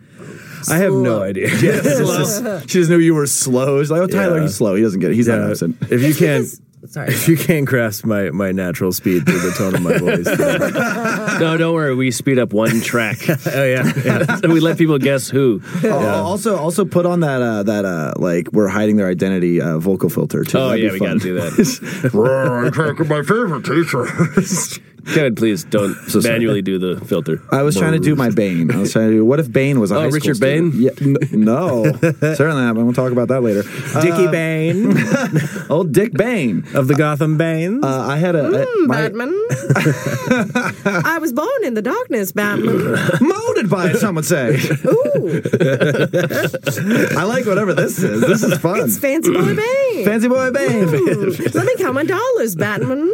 H: I have no idea.
B: She just knew you were slow. She's like, oh, Tyler,
H: Yeah.
B: he's slow. He doesn't get it. He's not absent.
H: if you can't,
G: Sorry.
H: if you can't grasp my my natural speed through the tone of my voice, then-
C: no, don't worry. We speed up one track.
H: oh yeah.
C: so we let people guess who.
B: Oh, Also, also put on that uh, that uh, like we're hiding their identity uh, vocal filter too.
C: Oh,
B: That'd
C: yeah, we
B: be fun.
C: got to do that. Kevin, please don't manually do the filter.
B: I was trying to do my Bane. I was trying to do. What if Bane was? A
C: Oh,
B: high school
C: Richard
B: student?
C: Bane?
B: Yeah, n- no, certainly not. But we'll talk about that later. Uh,
H: Dickie Bain
B: old Dick Bane.
H: of the Gotham Banes.
B: Uh, I had a, a- my,
G: Batman. I was born in the darkness, Batman.
C: Mm.
B: molded by it. Some would say.
G: Ooh,
B: I like whatever this is. This is fun.
G: it's fancy boy Bane.
B: Fancy boy Bane.
G: Ooh, Let me count my dollars, Batman.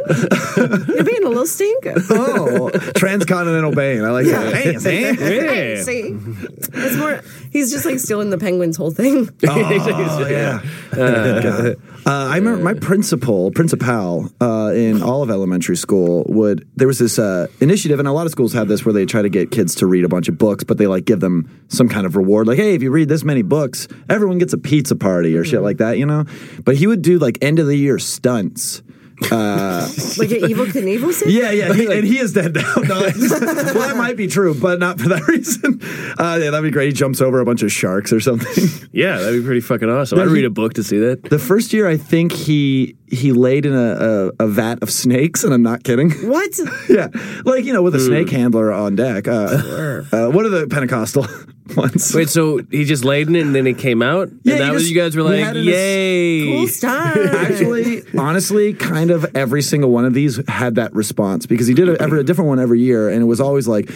G: You're being a little stinker.
B: Oh, transcontinental Bane. I like that. Bane, Bane.
G: Hey, See, it's more. He's just like stealing the penguin's whole thing.
B: Oh, yeah. God. Uh, I remember my principal, principal uh, in all of elementary school would there was this uh, initiative, and a lot of schools have this where they try to get kids to read a bunch of books, but they like give them some kind of reward, like hey, if you read this many books, everyone gets a pizza party or shit like that, you know. But he would do like end of the year stunts.
G: Like an evil Knievel said?
B: Yeah, yeah, he, and he is dead now. No, well, that might be true, but not for that reason. Uh, yeah, that'd be great. He jumps over a bunch of sharks or something.
C: Yeah, that'd be pretty fucking awesome. I'd read a book to see that.
B: The first year, I think he he laid in a, a, a vat of snakes, and I'm not kidding. Hmm.
G: What?
B: yeah, like you know, with a snake handler on deck. Uh, uh, what are the Pentecostal ones?
C: Wait, so he just laid in it and then he came out?
B: Yeah,
C: and
B: he
C: that was
B: just-
C: you guys were
B: we
C: like,
B: had it as-
C: yay.
G: Cool stuff.
B: Actually, honestly, kind of every single one of these had that response because he did a, every, a different one every year, and it was always like,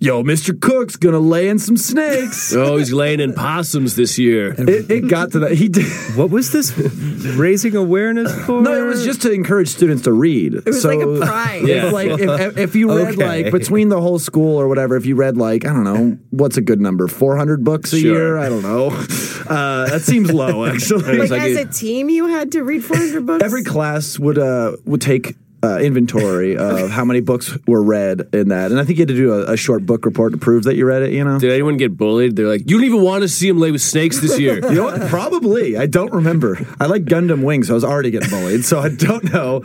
B: "Yo, Mr. Cook's gonna lay in some snakes."
C: Oh, he's laying in possums this year.
B: it, it got to that. He did.
H: What was this raising awareness for?
B: No, it was just to encourage students to read.
G: It was like a pride.
C: Yeah.
B: If, like if, if you read
H: Okay.
B: like between the whole school or whatever, if you read like I don't know what's a good number, four hundred books a
C: Sure.
B: year. I don't know. Uh, that seems low actually.
G: Like,
C: like
G: as
C: a-
G: a team, you had to read 400 books.
B: Every class would uh, would take uh, inventory of how many books were read in that, and I think you had to do a, a short book report to prove that you read it. You know,
C: Did anyone get bullied? They're like, you don't even want to see him lay with snakes this year.
B: You know what? Probably. I don't remember. I like Gundam Wings. I was already getting bullied, so I don't know.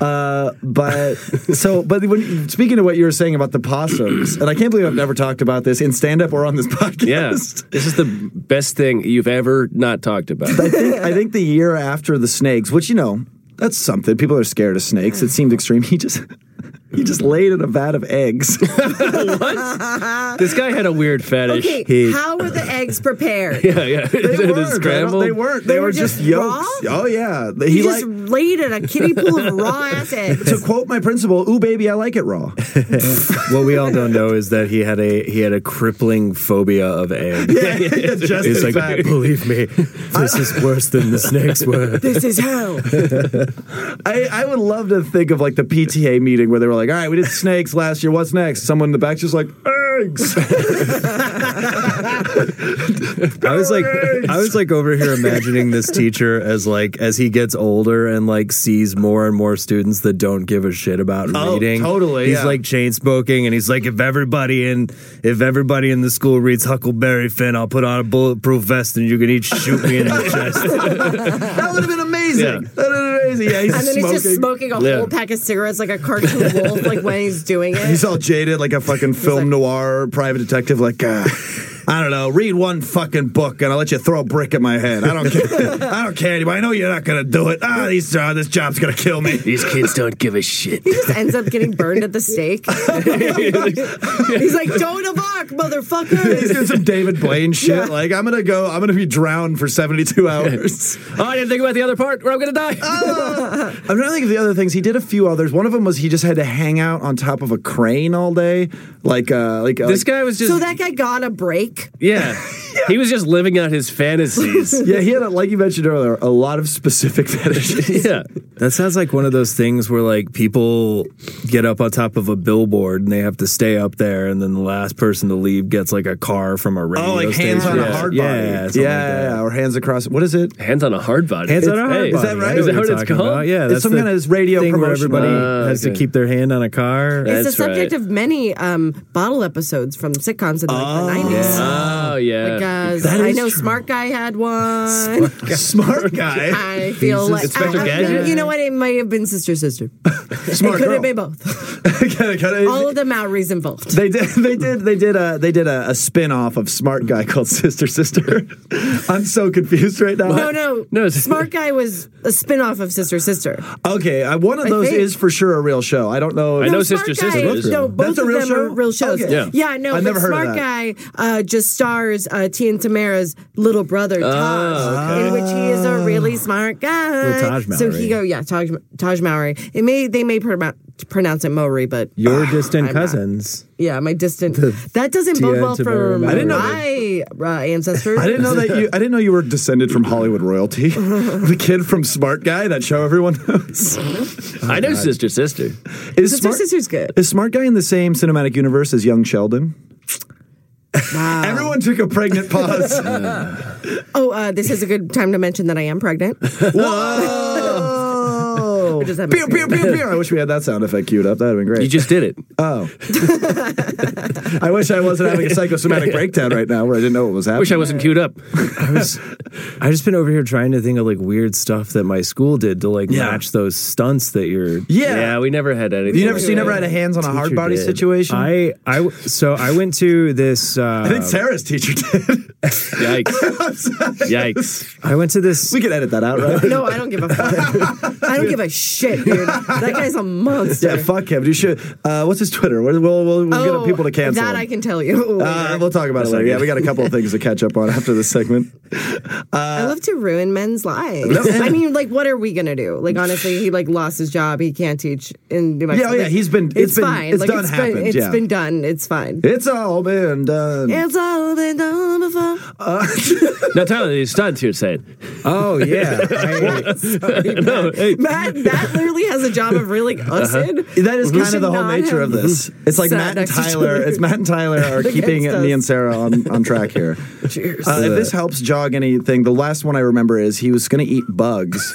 B: Uh, but so, but when speaking of what you were saying about the possums, and I can't believe I've never talked about this in stand up or on this podcast.
C: yeah, this is the best thing you've ever not talked about.
B: I think I think the year after the snakes, which you know, that's something. People are scared of snakes. It seemed extreme. He just he just laid in a vat of eggs.
C: what? This guy had a weird fetish.
E: Okay, how were the eggs prepared?
C: Yeah, yeah. They
B: They weren't. They,
E: They
B: were,
E: were
B: just,
E: just raw?
B: yolks. Oh yeah. He,
E: You
B: like
E: just laid in a kiddie pool of raw ass eggs.
B: to quote my principal, "Ooh baby, I like it raw."
H: what we all don't know is that he had a he had a crippling phobia of eggs.
B: just
H: He's
B: in
H: like,
B: fact.
H: believe me, this is worse than the snakes were.
E: This is hell.
B: I, I would love to think of like the PTA meeting where they were like, all right, we did snakes last year. What's next? Someone in the back's just like, eggs.
H: I was like, I was like over here imagining this teacher as like as he gets older and like sees more and more students that don't give a shit about
B: Oh,
H: reading.
B: totally,
H: He's
B: yeah.
H: like chain smoking, and he's like, if everybody in if everybody in the school reads Huckleberry Finn, I'll put on a bulletproof vest and you can each shoot me in the chest.
B: that would have been amazing.
C: Yeah.
B: That would have been amazing. Yeah, he's
E: And then
B: smoking.
E: he's just smoking a
C: Yeah.
E: whole pack of cigarettes like a cartoon wolf, like when he's doing it.
B: He's all jaded, like a fucking film noir private detective. Like, uh, I don't know. Read one fucking book, and I'll let you throw a brick at my head. I don't care. I don't care anymore. I know you're not gonna do it. Ah, these, uh, this job's gonna kill me.
A: These kids don't give a shit.
E: He just ends up getting burned at the stake. He's like, "Joan of Arc,
B: He's
E: motherfucker!"
B: doing some David Blaine shit. Like, I'm gonna go. I'm gonna be drowned for 72 hours.
C: Oh, I didn't think about the other part where I'm gonna die.
B: I'm trying to think of the other things. He did a few others. One of them was he just had to hang out on top of a crane all day, like uh, like
C: this
B: like,
C: guy was just
E: So that guy got a break.
C: yeah. He was just living out his fantasies.
B: Yeah, he had a, like you mentioned earlier, a lot of specific fetishes.
C: yeah.
H: That sounds like one of those things where like people get up on top of a billboard and they have to stay up there, and then the last person to leave gets like a car from a radio
B: Oh, like
H: station.
B: hands on
H: Yeah,
B: a hard body.
H: yeah,
B: Yeah,
H: something like that.
B: yeah, or hands across. What is it?
C: Hands on a hard body.
H: Hands on a hard
C: Hey,
H: body.
C: Is that right?
H: I know
C: Is that
H: you're
C: what it's
H: talking
C: called?
H: about. Yeah,
B: It's
H: that's
B: some
H: the
B: kind of radio
H: thing where
B: promotional-
H: everybody
C: Ah,
H: has
C: okay.
H: to keep their hand on a car.
E: It's the
C: That's
E: subject
C: right.
E: of many um, bottle episodes from sitcoms in like, the 90s.
C: Oh yeah.
E: Because
B: That
E: I
B: is
E: know
B: true.
E: Smart Guy had one.
B: Smart guy.
E: I feel like
C: Inspector
E: I- I think-
C: Gadget?
E: you know what? It might have been sister sister.
B: Smart
E: it could
B: girl.
E: have been both.
B: Kinda- kinda-
E: All of the Maoris involved.
B: They did. They did. They did a. They did a, a spin off of Smart Guy called Sister Sister. I'm so confused right now.
E: No, no,
C: No, it's-
E: Smart Guy was a spin-off of Sister Sister.
B: Okay, I, one of
E: I
B: those
E: think-
B: is for sure a real show. I don't know.
C: I know
E: No,
C: Sister
E: Smart
C: Sister
E: Guy-
C: is.
E: No, both
B: That's a
E: of
B: real
E: them
B: show?
E: are real shows.
B: Okay.
E: Yeah.
B: Yeah.
E: no,
B: I've
E: but
B: never heard of
E: Smart Guy uh, just stars uh, T and Tamara's little brother Taj, in which he is a really smart guy.
H: Little Taj
E: So
H: Mowry.
E: he go, yeah, Taj, Taj Mowry. It may they may pro- pronounce it Mowry, but ah,
H: Your distant
E: I'm not.
H: cousins.
E: yeah, my distant that doesn't bode
H: Tia
E: well for my
H: Tamara Mowry. I didn't know
E: uh, ancestors.
B: I didn't know that you. I didn't know you were descended from Hollywood royalty. the kid from Smart Guy, that show everyone knows.
C: I know sister sister.
B: Is
E: Sister Sister's good.
B: Is Smart Guy in the same cinematic universe as Young Sheldon?
E: Wow.
B: Everyone took a pregnant pause.
E: Oh, uh, this is a good time to mention that I am pregnant.
B: Whoa!
E: Does that make
B: pew, pew, pew, pew. I wish we had that sound effect queued up. That'd been great.
C: You just did it.
B: oh. I wish I wasn't having a psychosomatic breakdown right now where I didn't know what was happening.
C: Wish I wasn't queued up.
H: I was, I just been over here trying to think of like weird stuff that my school did to like
B: Yeah.
H: match those stunts that you're.
B: Yeah.
C: Yeah, we never had anything.
B: you never, so
C: like
B: you never
C: that.
B: had a hands on a hard
H: teacher
B: body
H: did.
B: situation.
H: I, I w- so I went to this. Uh,
B: I think Sarah's teacher did.
C: Yikes. Yikes.
H: I went to this.
B: we could edit that out, right?
E: No, I don't give a fuck. I don't give a shit, dude. That guy's a monster.
B: Yeah, fuck him. You should. Uh, what's his Twitter? We'll, we'll, we'll, we'll
E: Oh,
B: get people to cancel.
E: That
B: him.
E: I can tell you.
B: Uh, we'll talk about it later. Yeah, we got a couple of things to catch up on after this segment. uh,
E: I love to ruin men's lives. I mean, like, what are we gonna do? Like, honestly, he like lost his job. He can't teach in New Mexico.
B: oh, yeah,
E: Like,
B: he's been-
E: It's,
B: it's been-
E: fine.
B: it's
E: like,
B: done
E: it's Been,
B: happened,
E: it's
B: yeah.
E: been done. It's fine.
B: It's all been done.
E: it's all been done before.
C: Now Tyler, these stunts you're saying.
H: Oh yeah, I,
C: No, hey,
E: Matt, that literally has a job of really ussing.
B: Uh-huh. That is
E: We
B: kind
E: should
B: of the whole
E: not
B: nature
E: have
B: of this. It's like
E: sat
B: Matt and
E: next to each
B: Tyler.
E: other.
B: It's Matt and Tyler are keeping
E: Against us.
B: me and Sarah on, on track here.
E: Cheers.
B: Uh, if this helps jog anything, the last one I remember is he was going to eat bugs.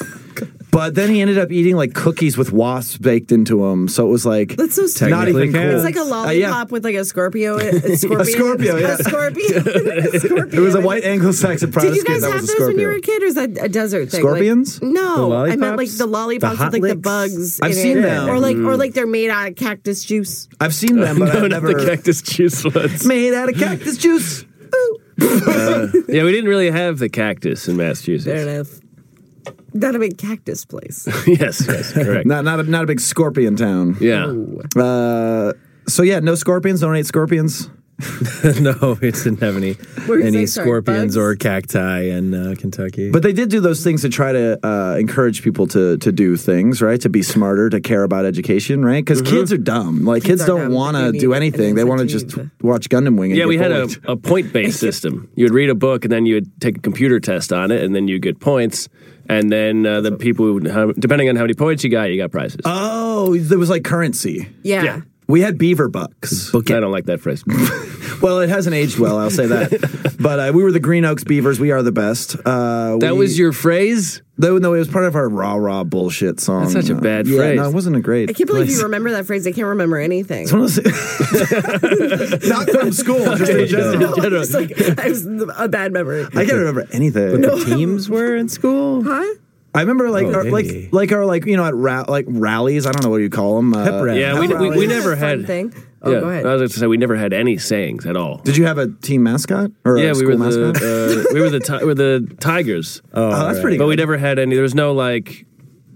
B: But then he ended up eating like cookies with wasps baked into him. So it was like
G: That's so stupid.
B: not even cool.
H: Technically
G: It's like a
B: Uh,
G: lollipop
B: yeah.
G: with like a Scorpio. A Scorpio.
B: Scorpio, yeah.
G: A Scorpio. a
B: It
G: Scorpio.
B: was a white Anglo-Saxon
G: Did you
B: Protestant
G: guys
B: that
G: have
B: was a
G: those when you
B: Scorpio.
G: were a kid, or is that a desert thing?
B: Scorpions?
G: Like, no,
H: The
G: I meant like
H: lollipops?
G: the lollipops
B: The
G: with like the
B: hotlicks?
G: bugs.
B: I've
G: in
B: seen
G: it.
B: Mm. them.
G: or like or like they're made out of cactus juice.
B: I've seen them, but
C: Uh, no,
B: I've
C: not the
B: never
C: cactus juice ones.
B: made out of cactus juice.
C: yeah, we didn't really have the cactus in Massachusetts.
G: enough. Not a big cactus place.
C: yes, yes, correct.
B: Not not a, not a big scorpion town.
C: yeah,
B: Uh, so yeah, no scorpions. Don't eat scorpions.
H: no, Oh, it didn't have any
G: Where is
H: any
G: that? Sorry,
H: scorpions
G: bugs?
H: or cacti in uh, Kentucky.
B: But they did do those things to try to uh, encourage people to to do things, right? To be smarter, to care about education, right? Because
C: Mm-hmm.
B: kids are dumb. Like kids,
G: are
B: don't
G: dumb.
B: want to
G: They
B: do
G: need
B: anything.
G: an
B: They want to
G: incentive.
B: just watch Gundam Wing. And
C: yeah.
B: get
C: We had a,
B: bullied.
C: a point based system. You would read a book, and then you would take a computer test on it, and then you get points. And then uh, the people, would have, depending on how many points you got, you got prizes.
B: oh, there was like currency.
G: Yeah.
C: Yeah.
B: We had beaver bucks.
C: I don't like that phrase.
B: Well, it hasn't aged well. I'll say that. but uh, we were the Green Oaks Beavers. We are the best. Uh,
C: that
B: we-
C: was your phrase.
B: Though no, it was part of our rah rah bullshit song.
C: That's such a
B: Uh,
C: bad
B: yeah,
C: phrase.
B: No, it wasn't a great.
G: I can't believe you remember that phrase. I can't remember anything.
B: Not from school. Just in general.
G: No, it's like I was a bad memory.
B: I can't remember anything.
H: the teams were in school.
G: Huh?
B: I remember like
H: Oh,
B: our,
H: hey.
B: like like our like you know at ra- like rallies. I don't know what you call them. Uh,
H: rally.
C: Yeah, we,
B: Pep
C: we, we
B: rallies.
C: never
G: That's a fun
C: had.
G: thing. Oh,
C: yeah,
G: go
B: Uh,
G: ahead.
C: I was going to say we never had any sayings at all.
B: Did you have a team mascot or
C: yeah,
B: a
C: we
B: school
C: were,
B: mascot?
C: the, uh, we were the ti- we were the tigers.
B: oh, that's pretty.
C: But we
B: Good.
C: never had any. There was no like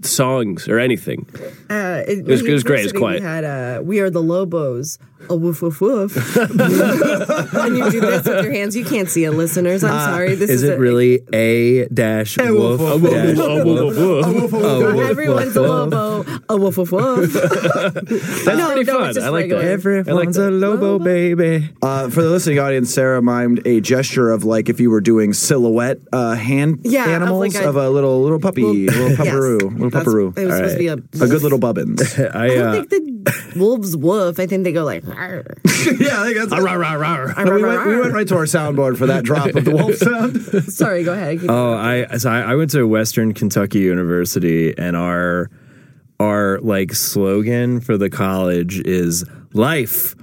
C: songs or anything.
G: Uh, it,
C: was- it was great, it was
G: university,
C: quiet.
G: We had uh, "We Are the Lobos." A woof woof woof. and you do this with your hands. You can't see it, listeners. I'm sorry. This
H: Is
G: is,
H: it
G: a-
H: really a dash wolf dash
C: Oh,
H: wolf?
B: Oh,
G: Not
H: woof,
G: everyone's
H: woof,
G: a lobo. A woof woof woof. That's no,
C: pretty
G: no,
C: fun.
G: It's just
C: I like that.
G: regular.
H: Everyone's a lobo baby.
B: Uh, for the listening audience, Sarah mimed a gesture of like if you were doing silhouette uh, hand
G: Yeah, of,
B: animals
G: like, a-
B: of a, little little puppy,
G: Well,
B: little
G: yes.
B: pupperoo, little
G: That's-
B: pupperoo,
G: It was supposed to be a.
B: a good little bubbins.
H: I,
G: I
H: uh,
G: don't think the wolves woof. I think they go like. "Arr."
B: yeah, I think
H: Ah,
B: that's.
C: Rah, rah, rah, rah.
B: No, we, went, we went right to our soundboard for that drop of the wolf sound.
G: Sorry, go ahead. Keep-
H: Oh, I so I, I went to Western Kentucky University, and our our like slogan for the college is life.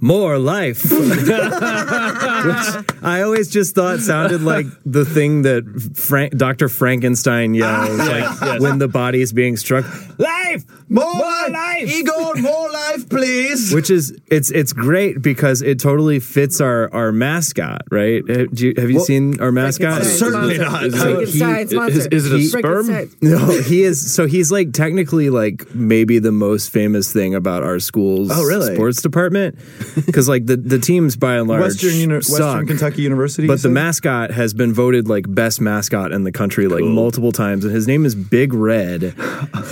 H: More life, which I always just thought sounded like the thing that Frank, Dr. Frankenstein yells, like when the body is being struck. Life,
B: More,
H: life!
B: Igor, more life, please.
H: which is it's it's great because it totally fits our our mascot, right? Uh, do you- have you seen our mascot?
G: Frankenstein's
B: certainly
G: monster.
B: not. Is it-
G: Frankenstein's
C: He-
G: monster.
C: is- is it a
G: He-
C: sperm?
G: Frankenstein.
H: No, he is. So he's like technically like maybe the most famous thing about our school's
B: Oh, really?
H: sports department because like the the teams by and large
B: Western, Uni-
H: suck.
B: Western Kentucky University. you
H: But the
B: said?
H: mascot has been voted like best mascot in the country like multiple times, and his name is Big Red,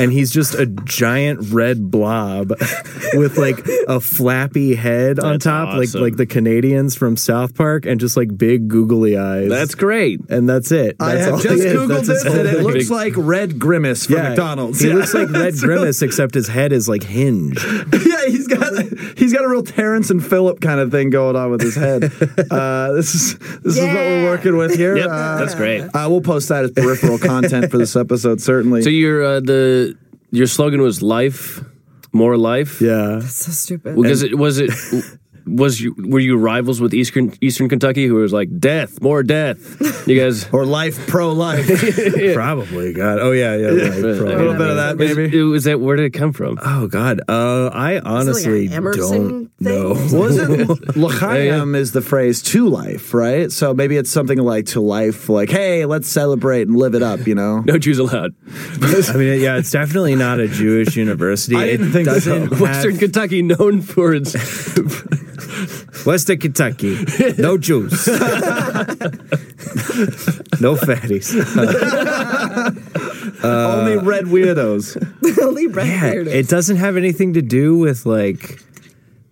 H: and he's just a giant red blob with like a flappy head on
C: That's
H: top,
C: awesome.
H: like like the Canadians from South Park, and just like big googly eyes.
C: That's great.
H: and that's it.
B: I
H: That's all
B: have
H: it
B: just
H: is.
B: googled
H: That's his
B: this, and
H: whole
B: it
H: thing.
B: looks like Red Grimace from McDonald's.
H: He
B: yeah.
H: looks like Red Grimace, except his head is like hinged.
B: yeah, he's got he's got a real Terrence and Phillip kind of thing going on with his head. uh, this is this is what we're
G: Yeah.
B: working with here.
C: Yep,
B: Uh,
C: that's great.
B: uh, we'll post that as peripheral content for this episode, certainly.
C: So your uh, the your slogan was life, more life.
H: Yeah.
G: So stupid.
C: Because it was it was you were you rivals with Eastern Eastern Kentucky who was like death, more death. You guys.
B: or life pro life. a
H: Probably. God. Oh yeah. Yeah. right, probably.
B: little bit of that,
C: Is,
B: maybe.
C: is that where did it come from?
H: Oh God. Uh, I honestly
G: Emerson
H: don't know.
G: thing?
B: Was it L'chaim is the phrase to life, right? So maybe it's something like to life, like, hey, let's celebrate and live it up, you know?
C: No Jews allowed.
H: I mean, yeah, it's definitely not a Jewish university.
B: I didn't
H: It
B: think so.
H: doesn't have-
C: Western Kentucky, known for its
H: Western Kentucky. No Jews. no fatties.
B: Only
H: Uh,
B: red weirdos.
G: Only Brett
H: Yeah,
G: Beard.
H: it doesn't have anything to do with like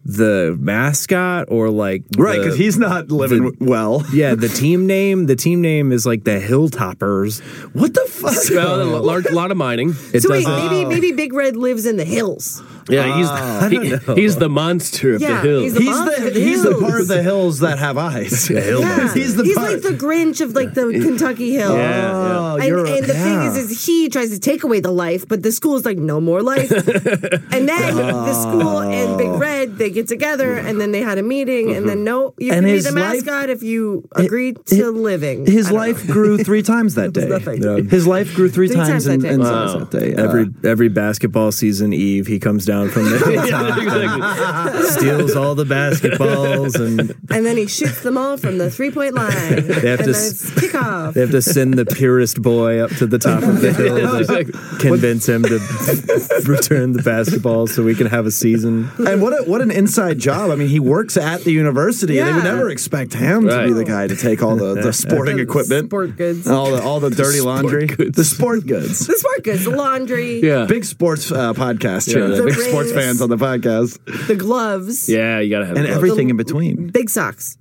H: the mascot or like
B: Right,
H: the-
B: because he's not living
H: the-
B: well.
H: Yeah, the team name. The team name is like the Hilltoppers.
B: What the fuck?
C: well, a lot, lot of mining.
H: It
G: so wait,
H: doesn't.
G: maybe maybe Big Red lives in the hills.
B: Ah.
C: Yeah, he's he- he's the monster of
E: Yeah,
C: the hill.
E: he's the
B: He's
E: monster
B: the,
E: of the
B: he's the
E: hills.
B: part of the hills that have eyes.
E: Yeah.
B: He's the part.
E: like the Grinch of like the Kentucky Hill.
C: Yeah, yeah.
B: Oh,
E: And,
B: you're-
E: and the
B: yeah.
E: thing is, is he tries to take away the life, but the school is like, no more life. and then the school and
B: Oh.
E: Big Red, they get together, and then they had a meeting, and then no, you
B: Mm-hmm. And
E: can be
B: his
E: the
B: life-
E: mascot if you agree to living.
B: His
E: I don't
B: life grew three times that day.
E: nothing.
B: His life grew three,
E: Three
B: times,
E: times
B: in,
E: that day.
B: in
E: Wow.
B: size that day. Uh,
H: Every every basketball season eve, he comes down from the
C: Yeah, exactly.
H: steals all the basketballs, and
E: know. And then he shoots them all from the three point line. and
H: have to
E: then
H: s-
E: it's kickoff.
H: they have to send the purest boy up to the top of the hill to convince him to return the basketball so we can have a season.
B: and what a, what an inside job! I mean, he works at the university. They would
E: Yeah.
B: never expect him to be
C: Right.
B: the guy to take all the, the sporting equipment, Oh.
E: Sport goods.
B: and all the all the dirty laundry,
C: goods.
B: the sport goods.
E: The sport goods, the laundry,
C: yeah.
B: Big sports uh, podcast here.
C: Yeah.
B: the
E: The
B: big sports
E: rings.
B: fans on the podcast,
E: the gloves,
C: Yeah, you gotta have
B: and
C: gloves.
B: everything in between.
E: big socks,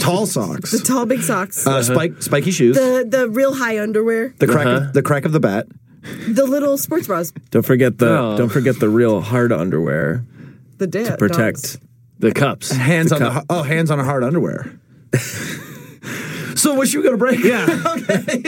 B: Tall socks,
E: the tall big socks,
B: uh, spike spiky shoes, the,
E: the the real high underwear,
B: crack of, the crack of the bat.
E: the little sports bras,
H: Don't forget the
C: Oh.
H: don't forget the real hard underwear
E: the dip,
H: to protect.
C: the cups.
B: Hands on the ho- oh, hands on a hard underwear. so, what should we go to break? Yeah. okay.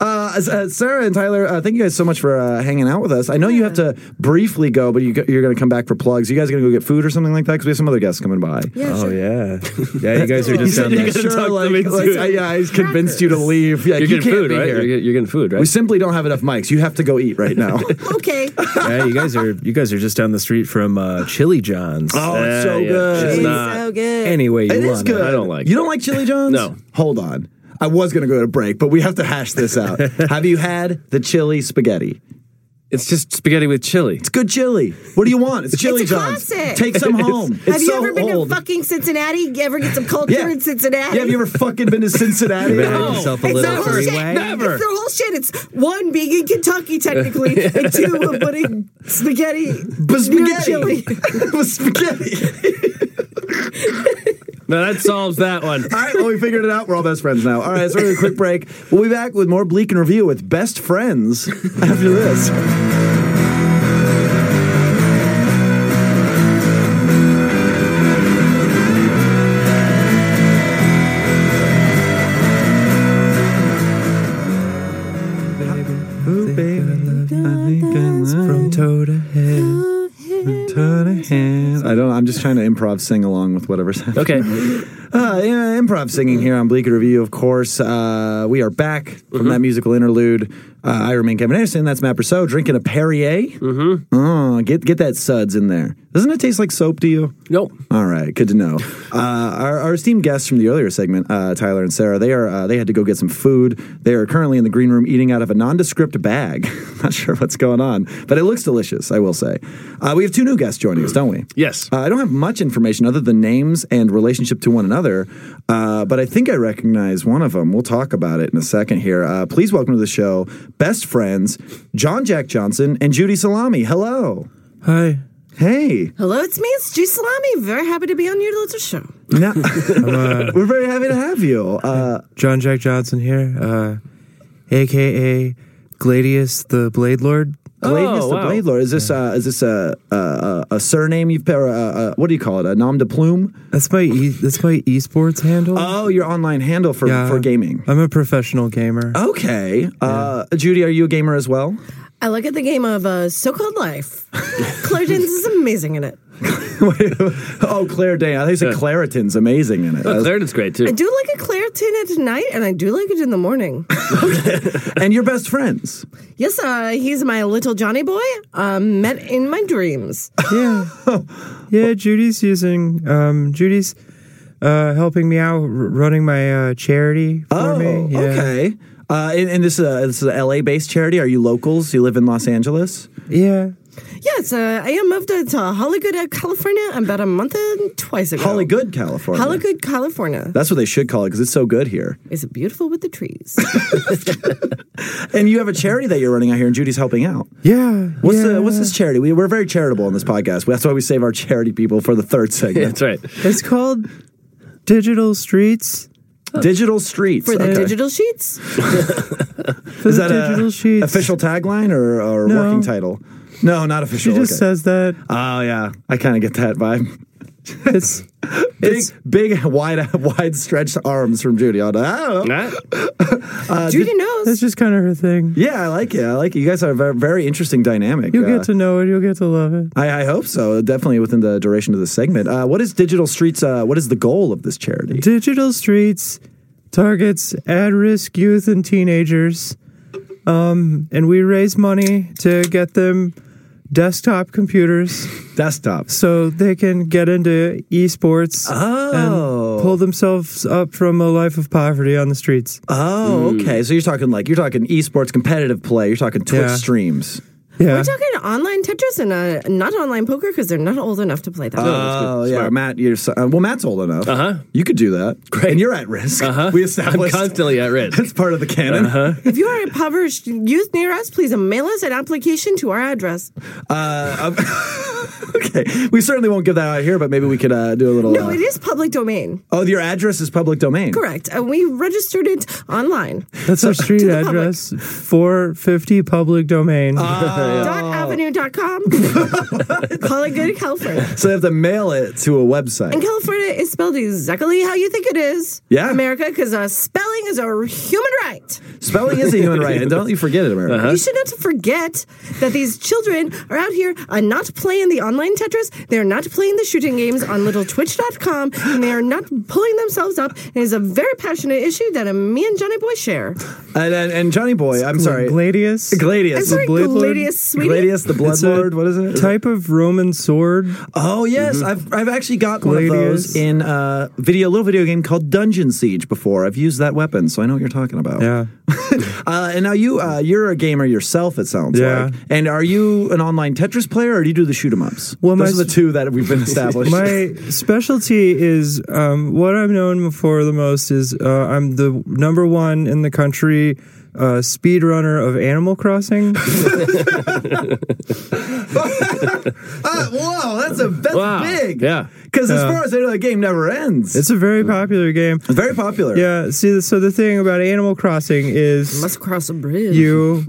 B: Uh, s- uh, Sarah and Tyler, uh, thank you guys so much for uh, hanging out with us. I know you have to briefly go, but you, go- you're going to come back for plugs. You guys going to go get food or something like that because we have some other guests coming by.
E: Yeah,
H: Oh
E: sure.
H: yeah, yeah. You guys are
B: You
H: just
B: said
H: down
B: you
H: there.
B: guys sure,
C: talk
B: like,
C: them into
B: like,
C: it.
B: I, yeah, I was convinced you to leave. Yeah,
C: You're
B: you
C: getting
B: can't
C: food,
B: be
C: right?
B: here.
C: You're, get- you're getting food, right?
B: we simply don't have enough mics. You have to go eat right now.
E: Okay.
H: Yeah, you guys are you guys are just down the street from uh, Chili John's.
B: oh, it's
C: Yeah,
B: so
C: yeah.
B: good.
C: It's
E: It's
C: not-
E: so good.
H: any way you
B: It is
H: want.
B: good.
C: I don't like
B: You
C: it.
B: don't like Chili John's?
C: No.
B: Hold on. I was going to go to break, but we have to hash this out. have you had the chili spaghetti?
C: it's just spaghetti with chili.
B: It's good chili. What do you want? It's Chili
E: a
B: John's.
E: classic.
B: Take some home. It's
E: Have you
B: so
E: ever been
B: old.
E: to fucking Cincinnati? You ever get some culture
B: Yeah.
E: in Cincinnati?
B: yeah, have you ever fucking been to Cincinnati?
H: Maybe have yourself a
E: It's their
H: little
E: whole shit.
H: freeway.
E: It's their whole shit. It's one being in Kentucky technically, and two of putting spaghetti,
B: But
E: near
B: spaghetti.
E: chili.
B: But spaghetti.
C: No, that solves that one.
B: All right, well, we figured it out. We're all best friends now. All right, so we're going to quick break. We'll be back with more Bleak and Review with Best Friends after this. Ooh, baby, I think I love you.
H: toe to head.
B: I don't. I'm just trying to improv sing along with whatever's happening.
C: Okay.
B: Uh, yeah, improv singing here on Bleak Review, of course. Uh, we are back from that musical interlude. Uh, I remain Kevin Anderson. That's Matt Brousseau drinking a Perrier. Mm-hmm. Oh, get get that suds in there. Doesn't it taste like soap to you?
C: Nope.
B: All right, good to know. Uh, our, our esteemed guests from the earlier segment, uh, Tyler and Sarah, they are uh, they had to go get some food. They are currently in the green room eating out of a nondescript bag. Not sure what's going on, but it looks delicious. I will say. Uh, we have two new guests joining us, don't we?
C: Yes.
B: Uh, I don't have much information other than names and relationship to one another, uh, but I think I recognize one of them. We'll talk about it in a second here. Uh, please welcome to the show, best friends, John Jack Johnson and Judy Salami. Hello.
H: Hi,
B: Hey.
E: Hello, it's me. It's Juice Salami. Very happy to be on your little show.
B: Now, we're very happy to have you. Uh,
H: John Jack Johnson here, uh, aka Gladius the Blade Lord.
B: Gladius
C: Oh,
B: the
C: wow.
B: Blade Lord. Is this uh, is this a, a a surname you've or a, a, what do you call it? A nom de plume?
H: That's my e- that's my esports handle.
B: Oh, your online handle for
H: Yeah.
B: for gaming.
H: I'm a professional gamer.
B: Okay, uh, Judy, are you a gamer as well?
E: I look at the game of uh, so-called life. Claire Danes is amazing in it.
B: oh, Claire Dane. I think it's a
C: Yeah.
B: Claritin's amazing in it.
C: Oh, Claritin's great
E: I
C: too.
E: do like a Claritin at night, and I do like it in the morning.
B: and you're best friends.
E: Yes, uh, he's my little Johnny boy, um, met in my dreams.
H: Yeah, yeah. Judy's using um, Judy's uh, helping me out r- running my uh, charity for
B: Oh,
H: me. Yeah.
B: okay. Uh, and, and this is a, this is a LA based charity. Are you locals? You live in Los Angeles?
H: Yeah.
E: Yes, uh, I am moved to, to Hollywood, uh, California, about a month and twice ago.
B: Hollywood, California.
E: Hollywood, California.
B: That's what they should call it because it's so good here.
E: Is it beautiful with the trees?
B: And you have a charity that you're running out here, and Judy's helping out.
H: Yeah.
B: What's
H: yeah.
B: the What's this charity? We, we're very charitable on this podcast. That's why we save our charity people for the third segment.
C: That's right.
H: It's called Digital Streets.
B: Digital Streets.
E: For the
B: Okay.
E: digital sheets?
H: For
B: Is
H: the
B: that a
H: digital sheets.
B: official tagline or, or
H: No.
B: working title? No, not official.
H: She just
B: okay.
H: says that
B: "Oh yeah, I kind of get that vibe."
H: it's
B: Big,
H: it's
B: big, wide, wide stretched arms from Judy. I don't know.
C: Nah.
B: Uh,
E: Judy knows.
H: that's just kind of her thing.
B: Yeah, I like it. I like it. You guys have a very, very interesting dynamic.
H: You'll
B: Uh,
H: get to know it. You'll get to love it.
B: I, I hope so. Definitely within the duration of the segment. Uh, what is Digital Streets? Uh, what is the goal of this charity?
H: Digital Streets targets at-risk youth and teenagers, um, and we raise money to get them desktop computers
B: Desktops.
H: so they can get into esports
B: Oh.
H: and pull themselves up from a life of poverty on the streets.
B: Oh, okay. So you're talking like you're talking esports competitive play. You're talking Twitch
H: Yeah.
B: streams.
H: Yeah.
E: We're talking online Tetris and uh, not online poker because they're not old enough to play that.
B: Oh yeah, Matt. You're so, uh, well. Matt's old enough. Uh huh. You could do that. Great. And you're at risk. Uh huh. We
C: I'm
B: established.
C: constantly at risk.
B: That's part of the canon. uh
E: if you are a impoverished youth near us, please mail us an application to our address.
B: okay. We certainly won't give that out here, but maybe we could uh, do a little.
E: No,
B: uh,
E: it is public domain.
B: oh, your address is public domain.
E: Correct. And we registered it online.
H: That's our street address, 450 public domain.
B: Uh,
E: Dot avenue.com. Call it good in California.
B: So they have to mail it to a website.
E: And California is spelled exactly how you think it is.
B: Yeah.
E: America, because uh, spelling is a human right.
B: Spelling is a human right, and don't you forget it, America.
E: You should not forget that these children are out here uh, not playing the online Tetris. They're not playing the shooting games on littletwitch.com. And they are not pulling themselves up. It is a very passionate issue that uh, me and Johnny Boy share.
B: And, and and Johnny Boy, I'm sorry,
H: Gladius.
B: Gladius.
E: I'm sorry,
H: Blade Lord?
E: Gladius, sweetie.
B: Gladius the Blood
H: It's a
B: Lord. What is it?
H: Type of Roman sword.
B: Oh yes, I've I've actually got one of
H: Gladius.
B: those in a video, a little video game called Dungeon Siege before. I've used that weapon, so I know what you're talking about.
H: Yeah.
B: Uh, and now you uh, you're a gamer yourself. It sounds
H: Yeah.
B: like. And are you an online Tetris player, or do you do the shoot 'em ups?
H: Well, my
B: those are the
H: s-
B: two that we've been established.
H: My specialty is um, what I'm known for the most is uh, I'm the number one in the country uh, speedrunner of Animal Crossing.
B: Ah, whoa, that's a that's
C: Wow.
B: big.
C: Yeah.
B: Because as far as I know, the game never ends.
H: it's a very popular game.
B: very popular.
H: Yeah. See, so the thing about Animal Crossing is
E: Must cross a bridge.
H: you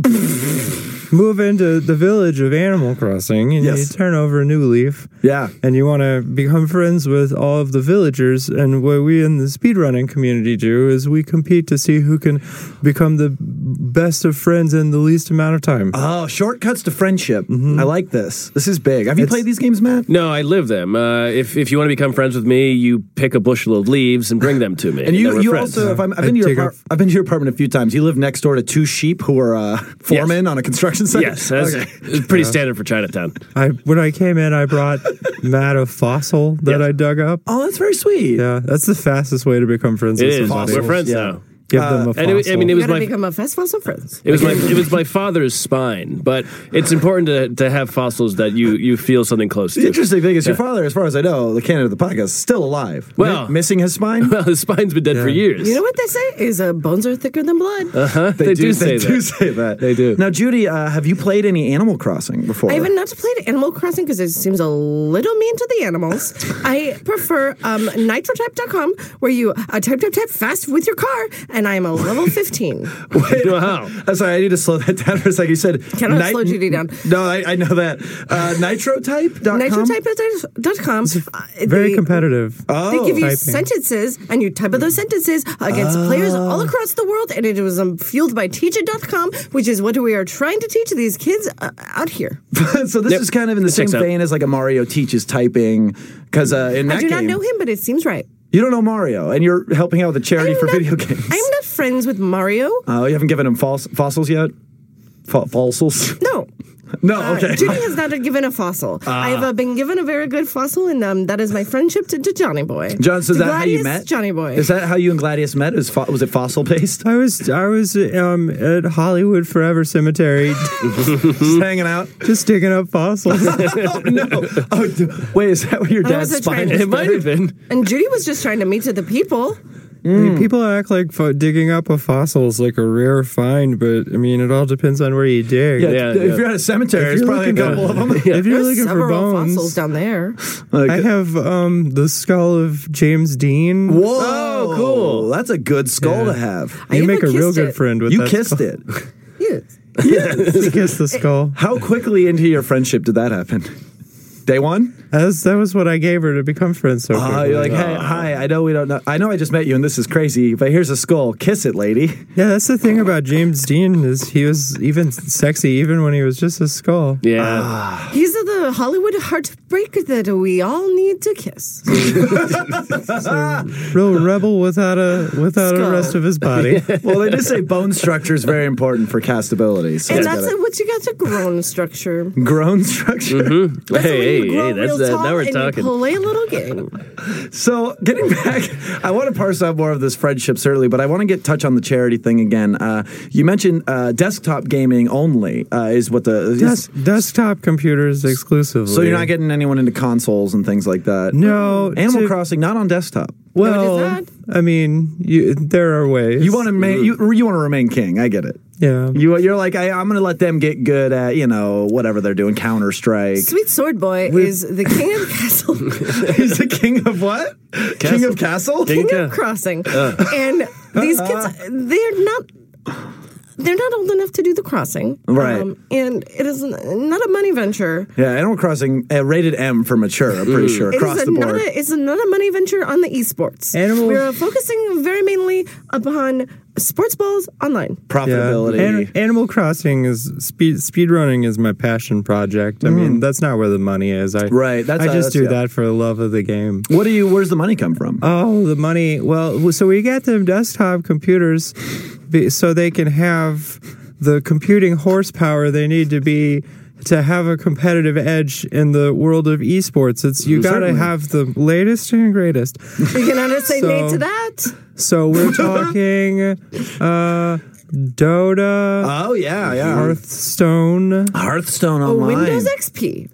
H: move into the village of Animal Crossing and
B: Yes.
H: you turn over a new leaf.
B: Yeah.
H: and you want to become friends with all of the villagers. And what we in the speedrunning community do is we compete to see who can become the best of friends in the least amount of time.
B: Oh, shortcuts to friendship.
H: Mm-hmm.
B: I like this. This is big. Have you played these games, Matt?
C: No, I live them. Uh, if if you want to become friends with me, you pick a bushel of leaves and bring them to me. then
B: And you,
C: we're
B: you
C: friends.
B: also, if I'm, I've,
H: I
B: been to your
H: take
B: apart-
H: off-
B: I've been to your apartment a few times. You live next door to two sheep who are uh, foremen on a construction site.
C: yes, that's
B: Okay.
C: it's pretty standard for Chinatown.
H: I when I came in, I brought Matt a fossil that
C: Yes.
H: I dug up.
B: Oh, that's very sweet.
H: Yeah, that's the fastest way to become friends
C: It
H: with
C: is.
H: somebody.
C: We're friends
B: Yeah.
C: now.
H: Give them a fossil.
C: And it, I mean, it
E: You
C: was my
E: gotta become a fast fossil friends.
C: it was my it was my father's spine, but it's important to, to have fossils that you you feel something close
B: The
C: to.
B: interesting thing is, your father, as far as I know, the candidate of the podcast, is still alive. Mi-
C: Well-
B: missing his spine.
C: Well, his spine's been dead for years.
E: You know what they say is uh, bones are thicker than blood.
C: they, do, say
B: they
C: that.
B: do say that.
C: They do.
B: Now, Judy, uh, have you played any Animal Crossing before?
E: I have not played Animal Crossing because it seems a little mean to the animals. I prefer um, nitrotype.com where you uh, type, type, type fast with your car, and I am a level 15.
B: Wait,
C: Wow.
B: I'm sorry, I need to slow that down for a second. You said
E: Cannot slow Judy down.
B: No, I, I know that. Uh, nitrotype.com?
E: nitrotype.com. Uh,
H: Very
E: they-
H: competitive.
C: uh,
E: They
B: Oh,
E: give you
H: Typing.
E: sentences, and you type out those sentences against players all across the world, and it was um, fueled by teach.it.com, which is what we are trying to teach these kids uh, out here.
B: so this
C: Yep.
B: is kind of in the same
C: Checks out.
B: vein as like a Mario teaches typing because uh, in that
E: I do not
B: game-
E: know him, but it seems right.
B: You don't know Mario, and you're helping out with a charity
E: I'm
B: for
E: not-
B: video games.
E: I'm not friends with Mario.
B: Oh, you haven't given him foss- fossils yet? Fo- fossils?
E: No.
B: No,
E: Uh,
B: okay.
E: Judy has not given a fossil. I've uh, been given a very good fossil, and um, that is my friendship to, to Johnny Boy.
B: John, so is that how you
E: Gladius
B: met?
E: Johnny Boy.
B: Is that how you and Gladius met? Is fo- was it fossil based?
H: I was I was um, at Hollywood Forever Cemetery,
B: Just hanging out?
H: just digging up fossils.
B: Oh, no. Oh, d- wait, is that what your
E: I
B: dad's
E: was a
B: spine
E: trainer.
B: is?
C: It might have been.
E: and Judy was just trying to meet to the people.
H: I
B: Hmm.
H: mean, people act like fo- digging up a fossil is like a rare find, but I mean, it all depends on where you dig.
B: Yeah,
C: Yeah,
B: d- if
C: yeah.
B: you're at a cemetery, there's probably a
H: looking
B: couple of
H: for-
B: them.
H: If you're
E: There's
H: looking for
E: several
H: bones,
E: fossils down there.
H: I have um, the skull of James Dean.
B: Whoa,
C: Oh, cool.
B: That's a good skull to
H: Yeah.
B: have.
E: I
H: You make a
E: even
H: real
E: kissed
H: good
E: it.
H: friend with
B: You
H: that
B: kissed
H: skull.
B: it.
E: Yes.
H: kiss the skull.
B: How quickly into your friendship did that happen? Day one?
H: As that was what I gave her to become friends. So
B: Uh,
H: quickly.
B: you're like, hey, hi, I know we don't know. I know I just met you and this is crazy, but here's a skull. Kiss it, lady.
H: yeah, that's the thing about James Dean is he was even sexy even when he was just a skull.
C: Yeah.
B: Ah.
E: He's uh, the Hollywood heartbreak that we all need to kiss.
H: Real rebel without a without
E: Skull.
H: a rest of his body.
B: Well, they did say bone structure is very important for castability. So
E: and
B: it's
E: that's
B: gotta-
E: what you got to grown structure.
B: grown structure.
E: That's when
C: hey,
E: you
C: hey,
E: grow
C: hey, that's
E: real
C: that.
E: tall
C: Now we're
E: and
C: talking.
E: You play a little game.
B: So, getting back, I want to parse out more of this friendship certainly, but I want to get touch on the charity thing again. Uh, you mentioned uh, desktop gaming only uh, is what the
H: Des- desktop computers exclusively.
B: so you're not getting anyone into consoles and things like that.
H: No,
B: Animal
H: to-
B: Crossing not on desktop.
H: Well,
E: that?
H: I mean, you, there are ways.
B: You want to remain you, you want to remain king. I get it.
H: yeah.
B: You you're like I, I'm going to let them get good at you know whatever they're doing Counter Strike.
E: Sweet Sword Boy is the king of castle,
B: He's the king of what? King of castle.
C: King
E: king
C: of
E: of crossing,
B: Uh.
E: and these
B: Uh-huh.
E: kids they're not. They're not old enough to do the crossing, Um,
B: Right.
E: and it is n- not a money venture.
B: Yeah, Animal Crossing uh, rated M for mature. I'm pretty sure
E: It
B: across
E: is
B: the
E: not
B: board.
E: a, it's not a money venture on the esports.
H: Animal-
E: We're focusing very mainly upon sports balls online.
B: Profitability.
H: An- Animal Crossing is speed speedrunning is my passion project. I mean, that's not where the money is. I
B: Mm. Right, that's-
H: I just
B: that's-
H: do
B: yeah.
H: that for the love of the game.
B: What do you? Where's the money come from?
H: Oh, the money. Well, so we got them desktop computers be- so they can have the computing horsepower they need to be to have a competitive edge in the world of esports. It's you
B: Mm,
H: got to
B: Certainly.
H: have the latest and greatest.
E: You can understand
H: So-
E: Nate to that.
H: So we're talking uh Dota,
B: oh yeah, yeah.
H: Hearthstone,
B: Hearthstone online.
E: Oh, Windows XP.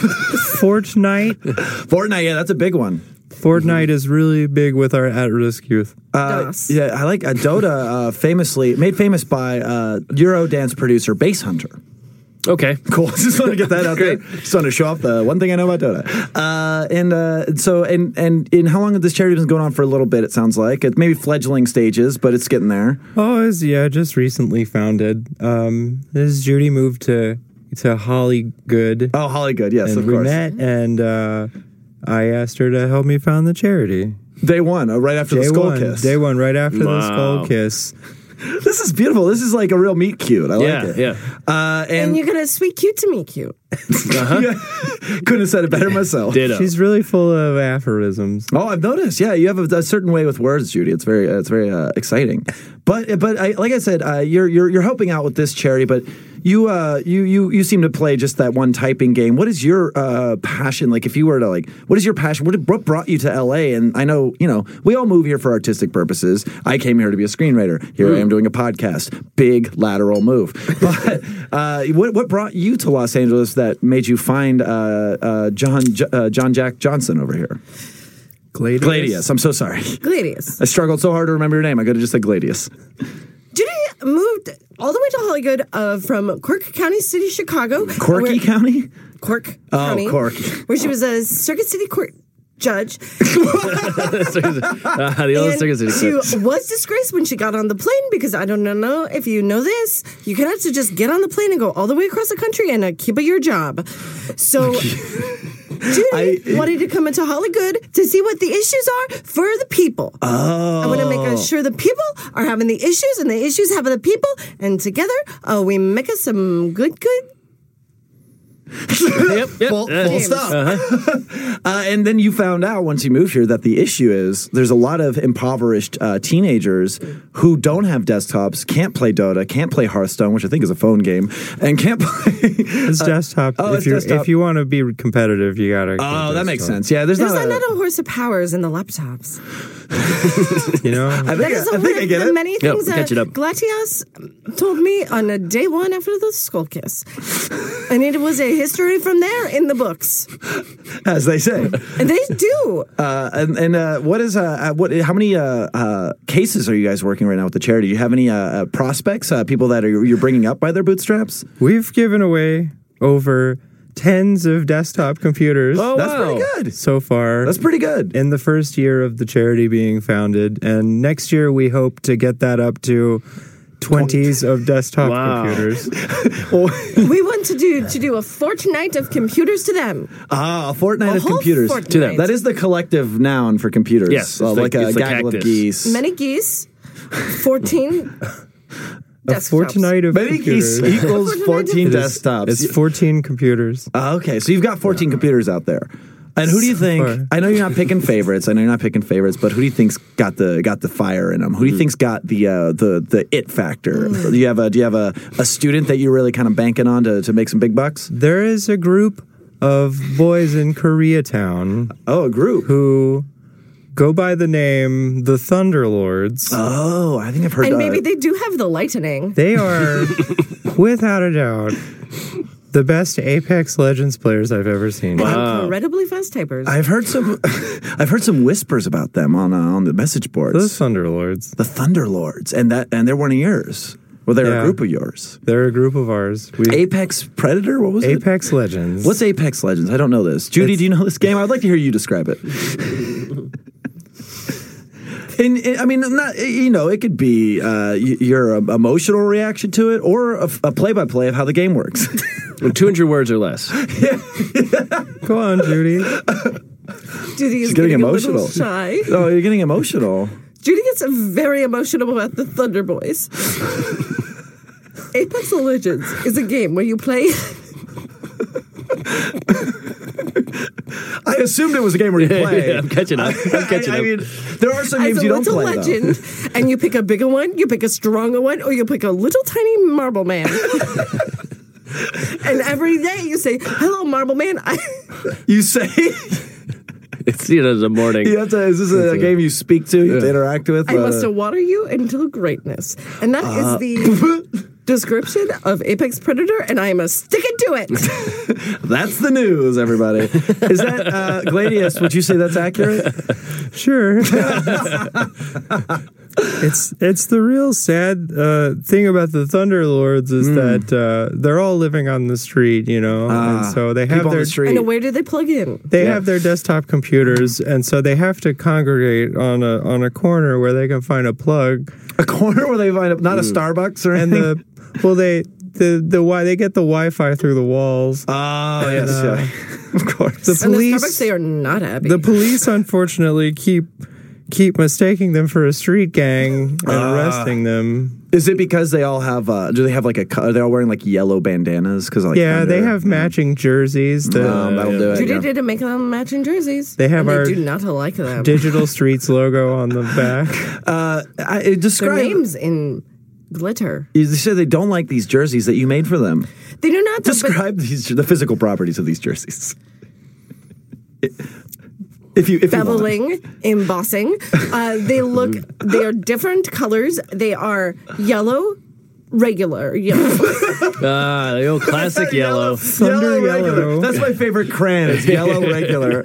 H: Fortnite.
B: Fortnite. Yeah, that's a big one.
H: Fortnite is really big with our at-risk youth.
B: Uh,
E: DOS.
B: yeah, I like uh, Dota. Uh, famously made famous by uh, Eurodance producer Bass Hunter.
C: Okay.
B: Cool. Just want to get that out there. Just want to show off the one thing I know about Dota. Uh, and uh, so, and and in how long has this charity been going on for? A little bit, it sounds like. It maybe fledgling stages, but it's getting there.
H: Oh, is yeah, just recently founded. Um, this is Judy moved to to Hollygood,
B: Oh, Hollygood. Yes,
H: and
B: of
H: we
B: course.
H: met, and uh, I asked her to help me found the charity.
B: Day one, uh, right after
H: Day
B: the skull
H: one,
B: kiss.
H: day one, right after the
C: Wow.
H: skull kiss.
B: This is beautiful. This is like a real meet cute. I
C: Yeah,
B: like it.
C: yeah.
B: Uh,
E: And
B: and
E: you're gonna sweet cute to me cute.
B: couldn't have said it better myself.
C: Ditto.
H: She's really full of aphorisms.
B: Oh, I've noticed. Yeah, you have a, a certain way with words, Judy. It's very, uh, it's very uh, exciting. But, but I, like I said, uh, you're you're you're helping out with this charity, but you uh you you you seem to play just that one typing game. What is your uh, passion? Like, if you were to like, what is your passion? What, what brought you to L.A.? And I know you know we all move here for artistic purposes. I came here to be a screenwriter. Here I am doing a podcast. Big lateral move. But uh, what what brought you to Los Angeles that made you find uh, uh, John J- uh, John Jack Johnson over here?
H: Gladius.
B: Gladius. I'm so sorry.
E: Gladius.
B: I struggled so hard to remember your name. I could have just said Gladius.
E: Judy moved all the way to Hollywood uh, from Cork County City, Chicago.
B: Corky
E: where-
B: County?
E: Cork
B: Oh,
E: County.
B: Cork.
E: Where she was a Circuit City court judge.
C: Uh, the oldest
E: and
C: thing is
E: she was disgraced when she got on the plane because I don't know if you know this. You can have to just get on the plane and go all the way across the country and uh, keep your job. So. Judy wanted to come into Hollywood to see what the issues are for the people. Oh. I want to make sure the people are having the issues and the issues have the people. And together, uh, we make us some good, good.
C: Yep, yep.
B: Full,
C: Uh,
B: full stop. Uh, and then you found out once you moved here that the issue is there's a lot of impoverished uh, teenagers who don't have desktops, can't play Dota, can't play Hearthstone, which I think is a phone game, and can't play.
H: It's desktop.
B: oh,
H: if
B: it's
H: you
B: desktop.
H: if you want to be competitive, you gotta.
B: oh, that makes
H: desktop.
B: sense. Yeah, there's,
E: There's
B: not.
E: another horse of powers in the laptops.
H: You know,
B: I think,
E: That is
B: I,
E: one
B: think I
E: of
B: get
E: the
B: it.
E: many
C: Yep,
E: things
C: catch it up.
E: that Glatias told me on a day one after the skull kiss. and it was a history from there in the books.
B: as they say.
E: And they do.
B: Uh, and and uh, what is uh, uh, what? How many uh, uh, cases are you guys working right now with the charity? Do you have any uh, uh, prospects? Uh, people that are you're bringing up by their bootstraps?
H: we've given away over tens of desktop computers
C: Oh,
B: That's
C: wow.
B: pretty good.
H: so far.
B: That's pretty good.
H: in the first year of the charity being founded. And next year, we hope to get that up to twenties of desktop
C: Wow.
H: computers.
E: we want to do to do a fortnight of computers to them.
B: Ah, a fortnight
E: A
B: of
E: whole
B: computers.
E: fortnight. To them.
B: That is the collective noun for computers.
C: Yes, it's
B: Uh,
C: the-
B: like a
C: it's the
B: gaggle of
C: cactus.
B: geese.
E: Many geese, fourteen.
H: A fortnight of
B: Many
H: computers.
B: geese equals 14 desktops.
H: It's fourteen computers.
B: Ah, okay, so you've got 14 computers out there. And who do you think?
H: far.
B: I know you're not picking favorites. I know you're not picking favorites, but who do you think's got the got the fire in them? Who do you think's got the uh, the the it factor?
E: Hmm.
B: Do you have a do you have a, a student that you're really kind of banking on to, to make some big bucks?
H: There is a group of boys in Koreatown
B: Oh, a group.
H: who go by the name the Thunderlords.
B: Oh, I think I've heard.
E: And
B: uh,
E: maybe they do have the lightning.
H: They are, without a doubt, the best Apex Legends players I've ever seen.
E: Incredibly fast typers.
B: I've heard some. I've heard some whispers about them on uh, on the message boards.
H: Those Thunderlords.
B: the Thunderlords, and that and they're one of yours. Well, they're a
H: Yeah.
B: group of yours.
H: They're a group of ours. We,
B: Apex Predator. What was it?
H: Apex Legends.
B: What's Apex Legends? I don't know this. Judy, do you know this game? I'd like to hear you describe it. And, and, I mean, not you know, it could be uh, y- your um, emotional reaction to it, or a a play-by-play of how the game works.
C: Two hundred words or less.
H: Go on,
E: Judy
H: Judy.
E: is
B: She's getting
E: getting, a little
B: emotional.
E: shy.
B: oh, you're getting emotional.
E: Judy gets very emotional about the Thunder Boys. Apex Legends is a game where you play.
B: I assumed it was a game where you play.
C: I'm catching up. I'm catching
B: I,
C: up.
B: I mean, there are some
E: as
B: games
E: a
B: you don't
E: little
B: play. though.
E: legend, and you pick a bigger one, you pick a stronger one, or you pick a little tiny marble man. and every day you say, "Hello, marble man." I,
B: You say
C: it's you know, it's a morning.
B: you have to. Is this a, game you speak to? You have to interact with.
E: I
B: Uh,
E: must water you until greatness, and that is the description of Apex Predator. And I must stick it to it.
B: That's the news, everybody. Is that uh, Gladius? Would you say that's accurate?
H: Sure. it's it's the real sad uh, thing about the Thunderlords
B: Hmm.
H: is that uh, they're all living on the street, you know, and so they have
B: Ah. People on
H: their
B: the street.
E: and where do they plug in?
H: they have their desktop computers, and so they have to congregate on a on a corner where they can find a plug.
B: a corner where they find a, not a Starbucks or
H: And
B: anything.
H: the well, they the the why they get the Wi-Fi through the walls.
B: oh yes,
H: uh,
B: yeah. of course.
H: the
E: And the
H: police,
E: Starbucks, they are not happy.
H: the police, unfortunately, keep keep mistaking them for a street gang and arresting them.
B: Is it because they all have? Uh, do they have like a? co- Are they all wearing like yellow bandanas? Because like
H: Yeah, they
B: thunder-
H: have matching jerseys. The
B: Um, that'll do it.
E: Judy
B: yeah.
E: didn't make them matching jerseys.
H: They have
E: and
H: our
E: They do not like them.
H: Digital Streets logo on the back.
B: I, it
E: Their
B: describe.
E: names in glitter.
B: You said they don't like these jerseys that you made for them.
E: They do not. but-
B: Describe these the physical properties of these jerseys. If you if you want.
E: beveling, embossing. Uh, they look, they are different colors. They are yellow, regular yellow.
C: Ah, the old classic yellow.
H: Thunder
B: regular.
H: yellow.
B: That's my favorite crayon. It's yellow regular.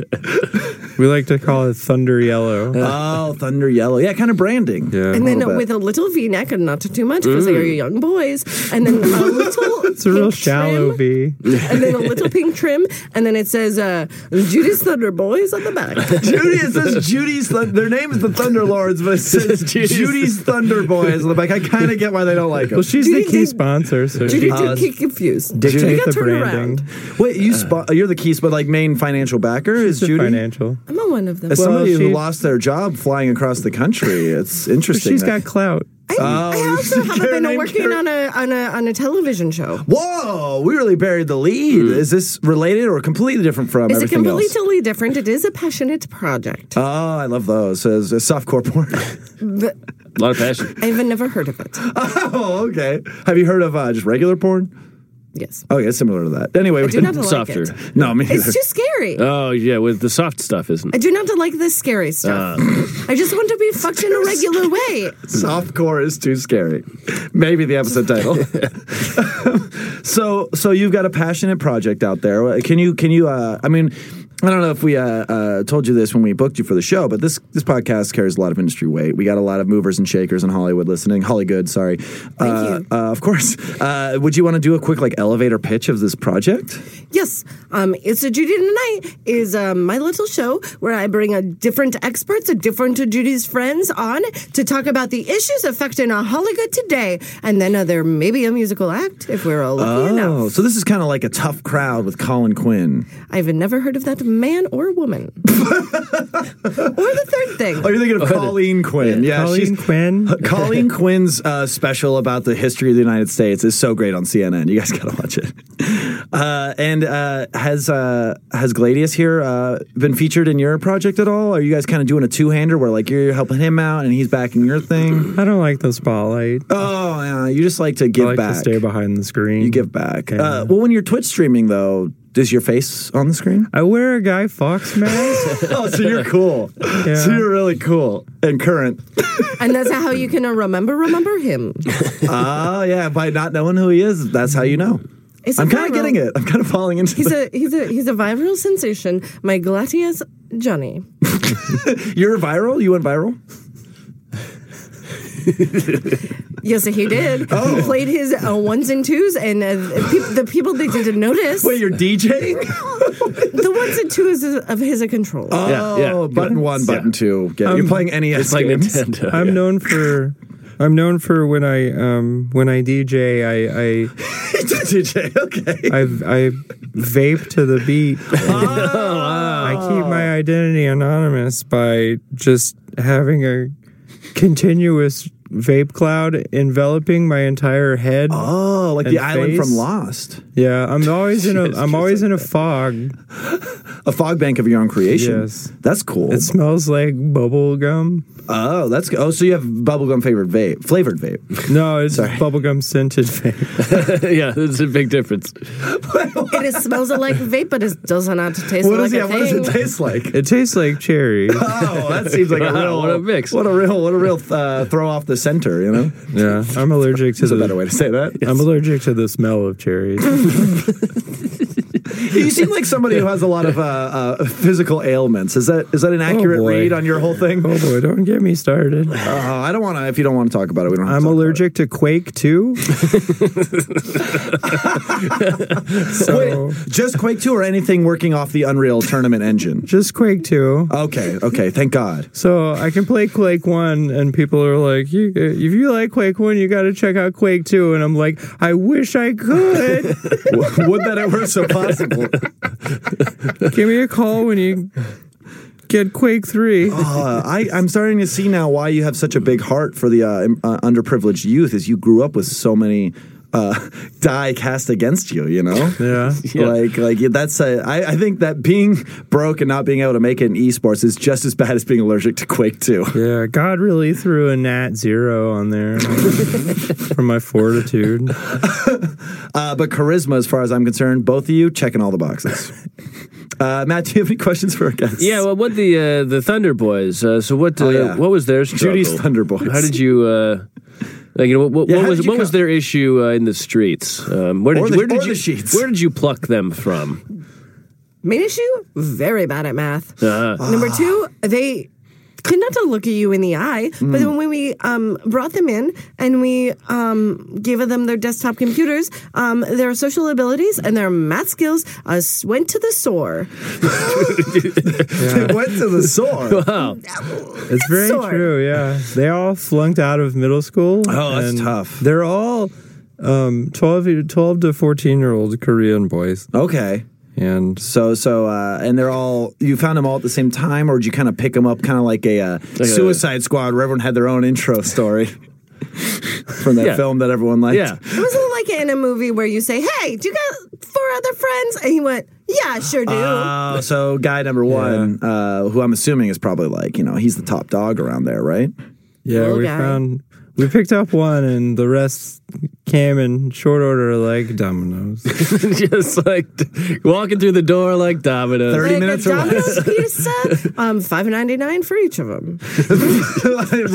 H: We like to call it Thunder Yellow.
B: Oh, thunder yellow. Yeah, kind of branding.
H: Yeah.
E: And then
B: little bit.
E: with a little V neck, and not too much because they are young boys. And then a little.
H: Mm. It's a real
E: pink
H: shallow
E: trim,
H: V.
E: And then a little pink trim. And then it says uh, Judas Thunder Boys on the back.
B: Judy, it says Judy's. Thun- their name is the Thunderlords, but it says Judy's, Thunder Boys. I'm like, I kind of get why they don't like them.
H: Well, she's
E: Judy
H: the key
E: did-
H: sponsor, so
E: Judy
H: she
E: did get confused.
H: dictates
E: She got
H: the
E: turned
H: branding.
E: around.
B: Wait, you spo- you're the keys, but like main financial backer is
H: She's a
B: Judy.
H: financial.
E: I'm a one of them.
B: As somebody who
H: she-
B: lost their job flying across the country, it's interesting.
H: She's
B: that-
H: got clout.
E: I, I
B: Oh,
E: also have
B: your
E: been
B: name
E: working
B: char-
E: on a on a on a television show.
B: Whoa, we really buried the lead. Is this related or completely different from
E: Is it
B: everything
E: completely
B: else?
E: totally different? It is a passionate project.
B: oh, I love those. So it's, it's softcore porn.
E: But
C: A lot of passion.
E: I've never heard of it.
B: oh, okay. Have you heard of uh, just regular porn?
E: Yes.
B: Oh, yeah, it's similar to that. Anyway,
E: I do not like
C: Softer.
E: it.
B: no, me neither.
E: It's too scary.
B: Uh,
C: Oh yeah, with the soft stuff isn't.
E: I do not like the scary stuff.
B: uh.
E: I just want to be fucked in a regular way.
B: Softcore is too scary. Maybe the episode title. so, so you've got a passionate project out there. Can you? Can you? Uh, I mean, I don't know if we uh, uh, told you this when we booked you for the show, but this this podcast carries a lot of industry weight. We got a lot of movers and shakers in Hollywood listening. Hollywood, sorry. uh,
E: you.
B: Uh, of course. Uh, would you want to do a quick like elevator pitch of this project?
E: Yes, um, it's a Judy tonight is um, my little show where I bring a different experts, a different to Judy's friends on to talk about the issues affecting our Hollywood today, and then uh, there may be a musical act if we're all lucky
B: Oh,
E: enough.
B: so this is kind of like a tough crowd with Colin Quinn.
E: I've never heard of that man or woman. or the third thing.
B: Oh, you're thinking of Colleen Quinn. Yeah,
H: Colleen
B: she's-
H: Quinn.
B: Colleen Quinn's uh, special about the history of the United States is so great on CNN. You guys gotta watch it. Uh, and uh, has uh, has Gladius here uh, been featured in your project at all? Are you guys kind of doing a two hander where like you're helping him out and he's backing your thing?
H: I don't like the spotlight.
B: oh, yeah, you just like to
H: I
B: give
H: like
B: back.
H: to stay behind the screen.
B: you give back.
H: Yeah.
B: Uh, well, when you're Twitch streaming though, is your face on the screen?
H: I wear a Guy Fox mask.
B: oh, so you're cool.
H: Yeah.
B: So you're really cool and current.
E: and that's how you can uh, remember remember him.
B: Oh yeah, by not knowing who he is, that's how you know.
E: It's
B: I'm
E: a
B: kind of
E: viral-
B: getting it. I'm kind of falling into.
E: He's
B: the-
E: a he's a he's a viral sensation. My Glatius Johnny.
B: You're viral. You went viral.
E: Yes, he did.
B: Oh.
E: He played his uh, ones and twos, and uh, peop the people that didn't notice
B: Wait, you're DJing?
E: the ones and twos of his control.
B: oh,
C: Yeah, yeah.
B: button one, button two. Yeah, you're playing NES
C: It's like
B: games.
C: Nintendo.
H: I'm
C: yeah.
H: known for. I'm known for when I um, when I DJ I
B: DJ. Okay.
H: I I, I vape to the beat.
B: Oh,
H: I keep my identity anonymous by just having a continuous vape cloud enveloping my entire head.
B: Oh, like
H: And
B: the island from
H: face.
B: Lost.
H: Yeah, I'm always in a I'm always in a fog.
B: A fog bank of your own creation.
H: Yes.
B: That's cool.
H: It smells like bubble gum.
B: oh, that's go- oh. So you have bubblegum flavored vape, flavored vape.
H: No, it's bubblegum scented vape.
C: yeah, it's a big difference.
E: It is, smells like vape, but it does not taste
B: What
E: like
B: is
E: a
B: yeah?
E: thing.
B: What does it taste like?
H: It tastes like cherry.
B: Oh, that seems like a
C: Wow,
B: real
C: what a mix.
B: What a real what a real uh, throw off the center. You know,
H: Yeah, I'm allergic to
B: there's a
H: the
B: better way to say that.
H: I'm allergic to the smell of cherries.
B: You seem like somebody who has a lot of uh, uh, physical ailments. Is that is that an accurate
H: Oh, boy.
B: read on your whole thing?
H: oh boy, don't get me started.
B: Uh, I don't want to. If you don't want to talk about it, we don't. Have
H: I'm
B: to talk about
H: allergic to Quake too. so
B: it. Just Quake Two or anything working off the Unreal Tournament engine.
H: just Quake two.
B: Okay, okay. Thank God.
H: So I can play Quake one, and people are like, you, "If you like Quake one, you got to check out Quake 2. And I'm like, "I wish I could."
B: W- Would that it were so possible?
H: Give me a call when you get Quake three.
B: Uh, I, I'm starting to see now why you have such a big heart for the uh, im- uh, underprivileged youth, is you grew up with so many uh, die cast against you. You know.
H: Yeah.
B: Like, like yeah, that's a, I, I think that being broke and not being able to make it in esports is just as bad as being allergic to Quake 2.
H: Yeah, God really threw a nat zero on there for my fortitude.
B: Uh, but charisma, as far as I'm concerned, both of you checking all the boxes. uh, Matt, do you have any questions for our guests?
C: Yeah, well, what the uh, the Thunder Boys? Uh, so what? Uh,
B: Oh, yeah.
C: What was theirs?
B: Judy's Thunder Boys.
C: How did you? Uh, like, you know, what, what,
B: Yeah,
C: what
B: how
C: was
B: did you
C: what was
B: come-
C: their issue uh, in the streets? Um, where did
B: Or
C: you,
B: the-
C: where did
B: or
C: you
B: the sheets.
C: where did you pluck them from?
E: Main issue: very bad at math.
C: Uh,
E: Number two, they could not to look at you in the eye.
B: Hmm.
E: But then when we um, brought them in and we um, gave them their desktop computers, um, their social abilities and their math skills uh, s- went to the sore.
B: It went to the sore.
H: It's very
E: Sword.
H: true, yeah. They all flunked out of middle school.
B: Oh, that's
H: and
B: tough.
H: They're all um, 12, year- 12 to 14 year old Korean boys.
B: okay.
H: And
B: So, so, uh, and they're all, you found them all at the same time, or did you kind of pick them up kind of like a uh,
C: a-
B: suicide squad where everyone had their own intro story from that
C: Yeah.
B: film that everyone liked?
C: yeah,
E: It was like in a movie where you say, "Hey, do you got four other friends?" And he went, "Yeah, sure do."
B: Oh, so guy number one, uh, who I'm assuming is probably like, you know, he's the top dog around there, right?
H: yeah,
E: Little
H: we
E: guy.
H: found, we picked up one, and the rest came in short order like dominoes.
C: just like walking through the door like dominoes.
B: 30
E: like
B: minutes
E: a
B: or less.
E: Domino's pizza, um, five ninety nine for each of them.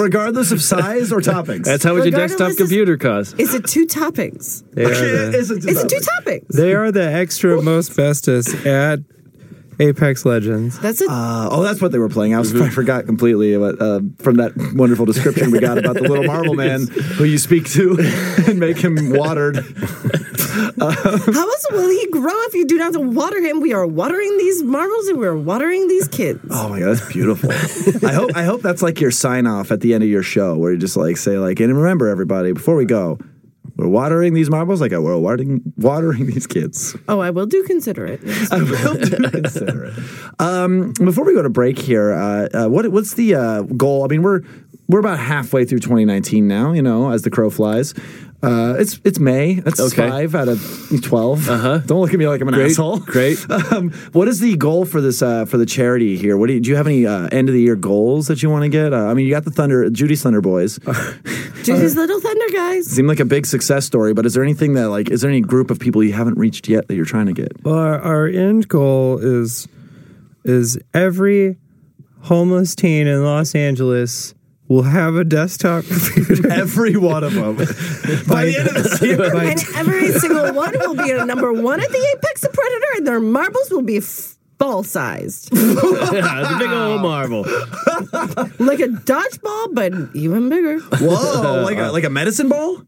B: Regardless of size or toppings.
C: That's how much your
E: Regardless,
C: desktop
E: this is-
C: computer costs.
E: It's a two toppings.
H: They are the,
E: It's a two toppings.
H: they are the extra most bestest at Apex Legends.
E: That's a
B: Uh, oh, that's what they were playing. I, was, I forgot completely about, uh, from that wonderful description we got about the little marble man who you speak to and make him watered.
E: How else will he grow if you do not water him? We are watering these marbles and we're watering these kids.
B: Oh my god, that's beautiful. I hope I hope that's like your sign off at the end of your show where you just like say like and remember everybody before we go. We're watering these marbles like we're watering watering these kids.
E: Oh, I will do consider it.
B: I will do consider it. Um, before we go to break here, uh, uh, what what's the uh, goal? I mean, we're we're about halfway through 2019 now. You know, as the crow flies, uh, it's it's May. That's
C: Okay.
B: five out of 12 Uh-huh. Don't look at me like I'm an asshole.
C: great.
B: Um, what is the goal for this uh, for the charity here? What do you, do you have any uh, end of the year goals that you want to get? Uh, I mean, you got the Thunder Judy's Thunder Boys. uh,
E: Judy's Little Thunder guys.
B: Seemed like a big success story, but is there anything that like is there any group of people you haven't reached yet that you're trying to get?
H: Well, our, our end goal is is every homeless teen in Los Angeles will have a desktop computer.
B: Every one of them. By the end of this year,
H: by
E: And every single one will be a number one at the apex of predator, and their marbles will be f- ball sized,
C: yeah, it's a big old marvel.
E: like a dodgeball, but even bigger.
B: Whoa, like a, like a medicine ball?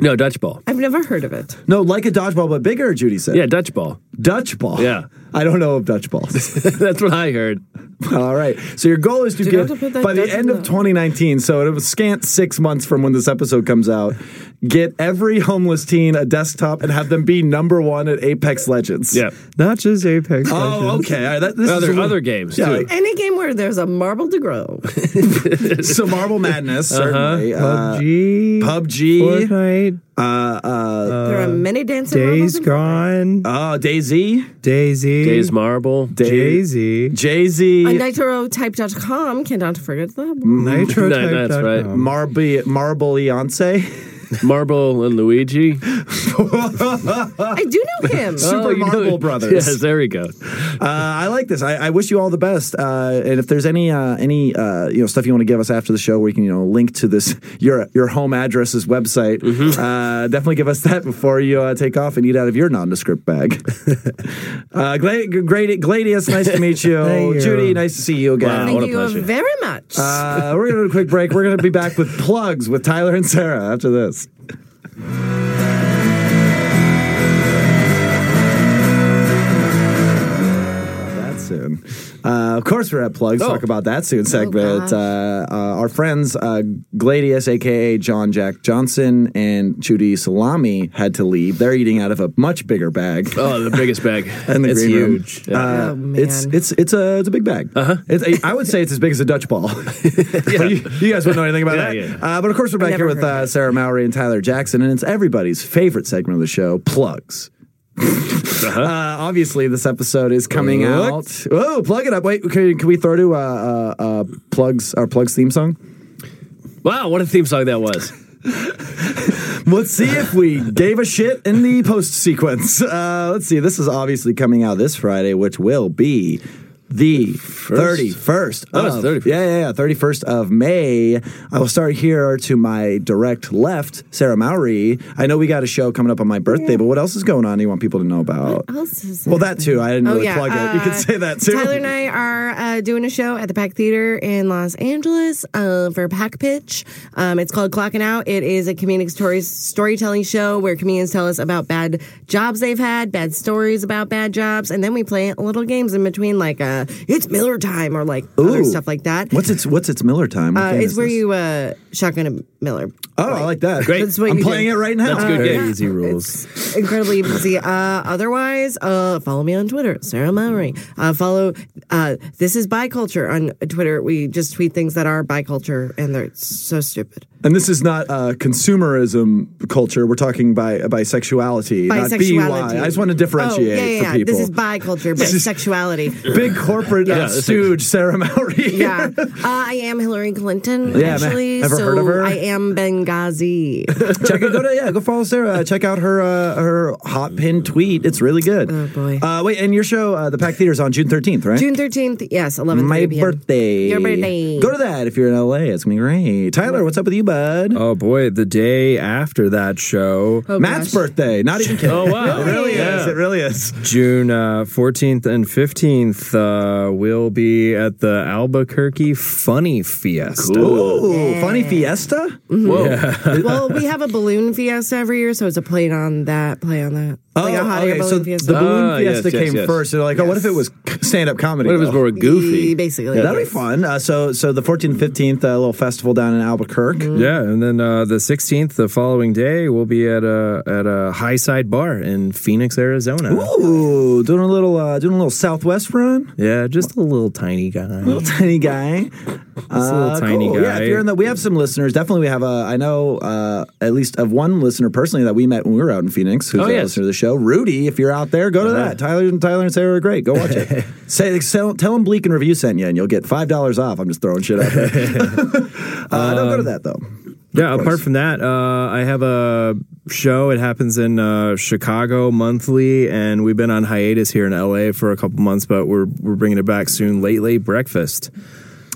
C: No, Dutch ball.
E: I've never heard of it.
B: No, like a dodgeball, but bigger, Judy said.
C: Yeah, Dutch ball.
B: Dutch ball.
C: Yeah.
B: I don't know of Dutch balls.
C: That's what I heard.
B: All right. So your goal is to
E: Do you
B: get,
E: have to put that
B: by the
E: Dutch in
B: end of
E: the-
B: 2019, so it was scant six months from when this episode comes out, get every homeless teen a desktop and have them be number one at Apex Legends.
C: Yeah.
H: Not just Apex. Legends.
B: Oh, okay. All right. That, this
C: Other
B: is
C: other games
B: Yeah,
C: too.
B: like-
E: Any game where there's a marble to grow.
B: so Marble Madness,
C: Uh-huh.
B: certainly. Uh,
H: PUBG,
B: PUBG.
H: Fortnite,
E: there
B: Uh,
E: are many dancing
H: Days
E: marbles.
H: Gone,
B: Oh, Daisy.
H: Daisy,
C: Days marble.
H: Daisy,
B: Jay Z.
E: On nitrotype.com, cannot forget that.
H: Nitro.
C: No, that's right.
B: Marble Marble Beyonce.
C: Marble and Luigi.
E: I do know him.
B: Super
C: Oh, you know
B: Marble
C: it.
B: Brothers.
C: Yes, there we go.
B: Uh, I like this. I, I wish you all the best. Uh, and if there's any uh, any uh, you know stuff you want to give us after the show, we can you know link to this your your home address's website.
H: Mm-hmm.
B: Uh, definitely give us that before you uh, take off and eat out of your nondescript bag. uh, Gla- Gladi- Gladius, nice to meet you.
H: Thank you.
B: Judy, nice to see you again.
C: Wow. what
E: Thank
C: a
E: you
C: pleasure.
E: very much.
B: Uh, we're gonna do a quick break. We're gonna be back with plugs with Tyler and Sarah after this. that soon. Uh, of course, we're at plugs. Talk about that soon segment.
E: gosh.
B: uh, uh, our friends uh, Gladius, aka John Jack Johnson, and Judy Salami had to leave. They're eating out of a much bigger bag.
C: Oh, the biggest bag.
B: And the
C: it's
B: green room.
C: huge. Yeah.
B: Uh,
E: Oh, man.
B: It's it's it's a it's a big bag. Uh-huh. It's, I would say it's as big as a Dutch ball. But you, you guys wouldn't know anything about
C: Yeah,
B: that.
C: yeah.
B: Uh, but of course, we're back
E: never
B: here with
E: heard of
B: uh, Sarah Mowry and Tyler Jackson, and it's everybody's favorite segment of the show: plugs.
C: uh-huh.
B: Uh, obviously, this episode is coming out. Whoa, plug it up! Wait, can, can we throw to uh, uh, uh, plugs our plugs theme song?
C: Wow, what a theme song that was.
B: Let's see if we gave a shit in the post sequence. Uh, let's see. This is obviously coming out this Friday, which will be the thirty first.
C: Oh, it's 31st.
B: Yeah, yeah, yeah. Thirty first of May. I will start here to my direct left, Sarah Mowry. I know we got a show coming up on my birthday, but what else is going on? You want people to know about?
E: else is
B: Well, that too. I didn't
E: Oh,
B: really
E: yeah,
B: plug it. You
E: uh,
B: could say that too.
E: Tyler and I are uh, doing a show at the Pack Theater in Los Angeles uh, for Pack Pitch. Um, it's called Clocking Out. It is a comedic story- storytelling show where comedians tell us about bad jobs they've had, bad stories about bad jobs, and then we play little games in between, like uh, it's Miller time or like
B: Ooh.
E: other stuff like that.
B: What's its What's its Miller time? What
E: uh,
B: game
E: it's
B: is
E: where
B: this?
E: you uh, shotgun a Miller.
B: Oh, I like that.
C: Great.
E: That's what
B: I'm
E: you Uh,
B: playing
E: do.
B: it right now.
C: That's a good
H: Very
C: game.
H: easy rules.
E: incredibly busy. Uh, otherwise, uh, follow me on Twitter, Sarah Mowry. Uh, follow uh, This Is Biculture on Twitter. We just tweet things that are biculture, and they're so stupid.
B: And this is not uh, consumerism culture. We're talking by bisexuality, not
E: Bisexuality.
B: BUI. I just want to differentiate
E: Oh, yeah, yeah,
B: for
E: yeah.
B: people.
E: This is biculture, but sexuality.
B: Big corporate, uh,
C: this is-
B: stooge, Sarah Mowry.
E: Yeah, uh, I am Hillary Clinton.
B: Yeah,
E: actually,
B: ever
E: so
B: heard of her?
E: I am Benghazi.
B: check it, go to yeah, go follow Sarah. Check out her uh, her hot pin tweet. It's really good.
E: Oh, boy.
B: Uh, wait, and your show, uh, the Pack Theater, is on June thirteenth, right?
E: June
G: June 13th, yes, 11
B: My
G: 30 p.m.
B: birthday.
G: Your birthday.
B: Go to that if you're in LA. It's gonna be great. Tyler, what's up with you, bud?
H: Oh boy, the day after that show,
G: Oh,
B: Matt's
G: gosh.
B: birthday. Not even kidding.
C: Oh, wow.
B: It really is.
C: Yeah.
B: It really is.
H: June uh, fourteenth and fifteenth, uh, will be at the Albuquerque Funny Fiesta.
B: Ooh, funny fiesta.
C: Whoa.
G: well, we have a balloon fiesta every year, so it's a play on that, play on that. like a hot air balloon
B: Oh, so
G: fiesta.
B: the balloon
C: Ah, yes,
B: fiesta
C: yes,
B: came
C: yes.
B: first. They're like, oh, what if it was stand-up comedy?
C: What if it was
B: though?
C: more
G: E-
C: goofy?
G: Basically.
B: That'd be fun. Uh, so, so the 14th, 15th, uh, little festival down in Albuquerque.
H: Yeah, and then uh, the sixteenth, the following day, we'll be at a at a High Side Bar in Phoenix, Arizona.
G: Mm.
B: Ooh, doing a little, uh, doing a little Southwest run.
H: Yeah, just a little tiny guy.
B: Little tiny guy.
H: Just a little
B: Uh,
H: tiny
B: cool.
H: guy.
B: Yeah, if you're in the, we have some listeners. Definitely, we have a. I know uh, at least of one listener personally that we met when we were out in Phoenix, who's
C: Oh,
B: a
C: yes.
B: listener to the show. Rudy, if you're out there, go to that. Tyler and Tyler and Sarah are great. Go watch it. Say, tell, tell them Bleak and Review sent you, and you'll get five dollars off. I'm just throwing shit out there. uh, don't
H: Um,
B: go to that though.
H: yeah, apart from that, uh, I have a show. It happens in uh, Chicago monthly, and we've been on hiatus here in LA for a couple months, but we're we're bringing it back soon. Late Late Breakfast.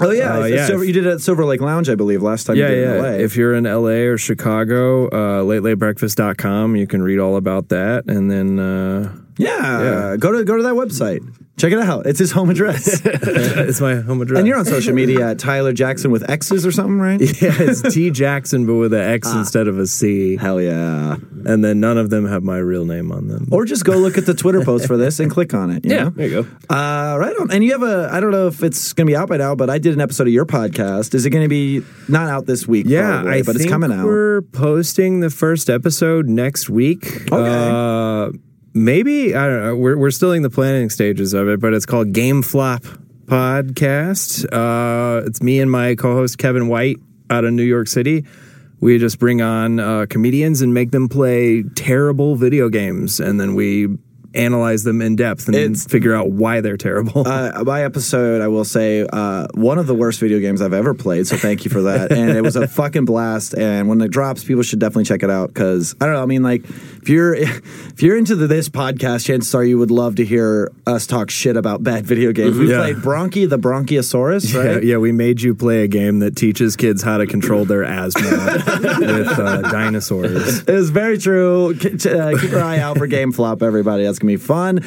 B: Oh yeah,
H: Uh,
B: it's- it's
H: yeah,
B: Silver-
H: if-
B: you did it at Silver Lake Lounge, I believe, last time.
H: Yeah,
B: you did it
H: yeah.
B: in LA.
H: If you're in LA or Chicago, uh, latelatebreakfast.com, you can read all about that. And then, uh,
B: yeah,
H: Yeah.
B: go to go to that website. Check it out. It's his home address,
H: it's my home address.
B: and you're on social media at Tyler Jackson with X's or something, right?
H: yeah, it's T Jackson, but with an X instead of a C.
B: Hell yeah.
H: And then none of them have my real name on them.
B: Or just go look at the Twitter post for this and click on it. you
C: Yeah,
B: know?
C: there you go.
B: Uh, right on. And you have a, I don't know if it's going to be out by now, but I did an episode of your podcast. Is it going to be not out this week?
H: Yeah,
B: probably,
H: I
B: but
H: think
B: it's coming out.
H: We're posting the first episode next week. Uh, maybe I don't know. We're we're still in the planning stages of it, but it's called Game Flop Podcast. Uh, it's me and my co-host Kevin White out of New York City. We just bring on uh, comedians and make them play terrible video games, and then we analyze them in depth and
B: It's-
H: figure out why they're terrible.
B: Uh, my episode, I will say, uh, one of the worst video games I've ever played. So thank you for that. and it was a fucking blast. And when it drops, people should definitely check it out because I don't know. I mean, like if you're if you're into the, this podcast, chances are you would love to hear us talk shit about bad video games. We
H: Mm-hmm. Yeah.
B: played Bronchi the Bronchiosaurus, right?
H: Yeah, yeah, we made you play a game that teaches kids how to control their asthma with uh, dinosaurs.
B: It is very true. K- t- uh, Keep your eye out for Game Flop, everybody. That's gonna be fun.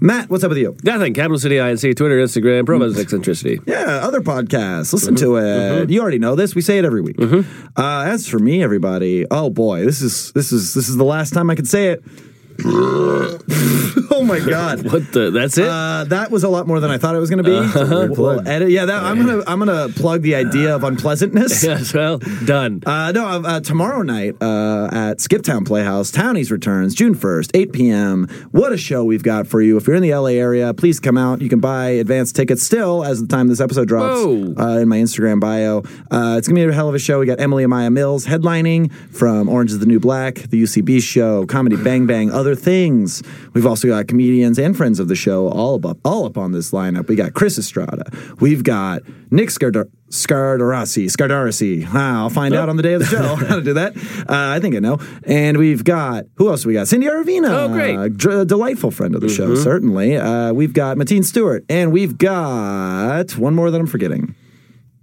B: Matt, what's up with you?
C: Nothing. Capital City INC, Twitter, Instagram, promos, eccentricity.
B: Yeah, other podcasts. Listen to it. You already know this. We say it every week. Uh, as for me, everybody, oh boy, this is this is this is the last time I can say it. oh my god.
C: What the? That's it?
B: Uh, that was a lot more than I thought it was going to be. We'll edit. Yeah, that, I'm gonna I'm gonna plug the idea of unpleasantness.
C: yes, well, done.
B: Uh, no, uh, uh, tomorrow night uh, at Skiptown Playhouse, Townies returns June 1st, 8 p.m. What a show we've got for you. If you're in the LA area, please come out. You can buy advance tickets still as the time this episode drops
C: Whoa.
B: uh, in my Instagram bio. Uh, it's going to be a hell of a show. We got Emily Amaya Mills headlining from Orange is the New Black, the UCB show, Comedy Bang Bang, other things. We've also got comedians and friends of the show all up, all up on this lineup. We got Chris Estrada. We've got Nick Scardar- Scardarasi. Scardarasi. Ah, I'll find out on the day of the show how to do that. Uh, I think I know. And we've got, who else we got? Cindy Aravina.
C: Oh, great. Mm-hmm.
B: A dr- delightful friend of the show, certainly. Uh, we've got Mateen Stewart. And we've got one more that I'm forgetting.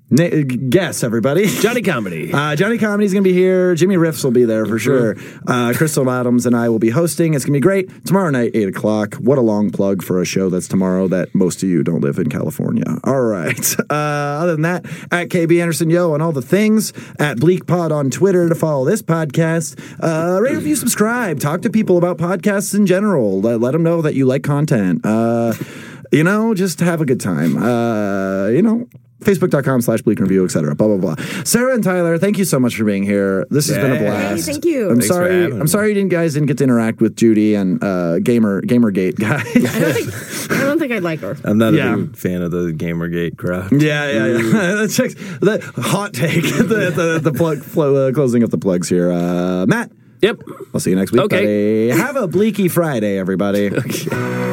B: Na- guess, everybody.
C: Johnny Comedy.
B: Uh, Johnny Comedy's going to be here. Jimmy Riffs will be there for sure. Uh, Crystal Adams and I will be hosting. It's going to be great. Tomorrow night, 8 o'clock. What a long plug for a show that's tomorrow that most of you don't live in California. All right. Uh, other than that, at KB Anderson Yo and all the things, at Bleak Pod on Twitter to follow this podcast. Uh, rate, review, subscribe. Talk to people about podcasts in general. Let, let them know that you like content. Uh, you know, just have a good time. Uh, you know, Facebook.com slash Bleak Review, et cetera, blah, blah, blah. Sarah and Tyler, thank you so much for being here. This has been a
H: Yes.
B: blast.
G: Hey, thank you.
B: I'm
H: Thanks for
B: sorry.
H: having
B: I'm
H: me.
B: sorry you didn't guys didn't get to interact with Judy and uh, Gamer Gamergate guy.
G: I don't think I don't think I'd like her.
H: I'm not
B: Yeah.
H: a big fan of the Gamergate crowd.
B: Yeah, yeah, yeah. that checks. The hot take. the the, the plug, flo, uh, closing of the plugs here. Uh, Matt,
C: yep.
B: I'll see you next week.
C: Okay.
B: buddy. Have a bleaky Friday, everybody.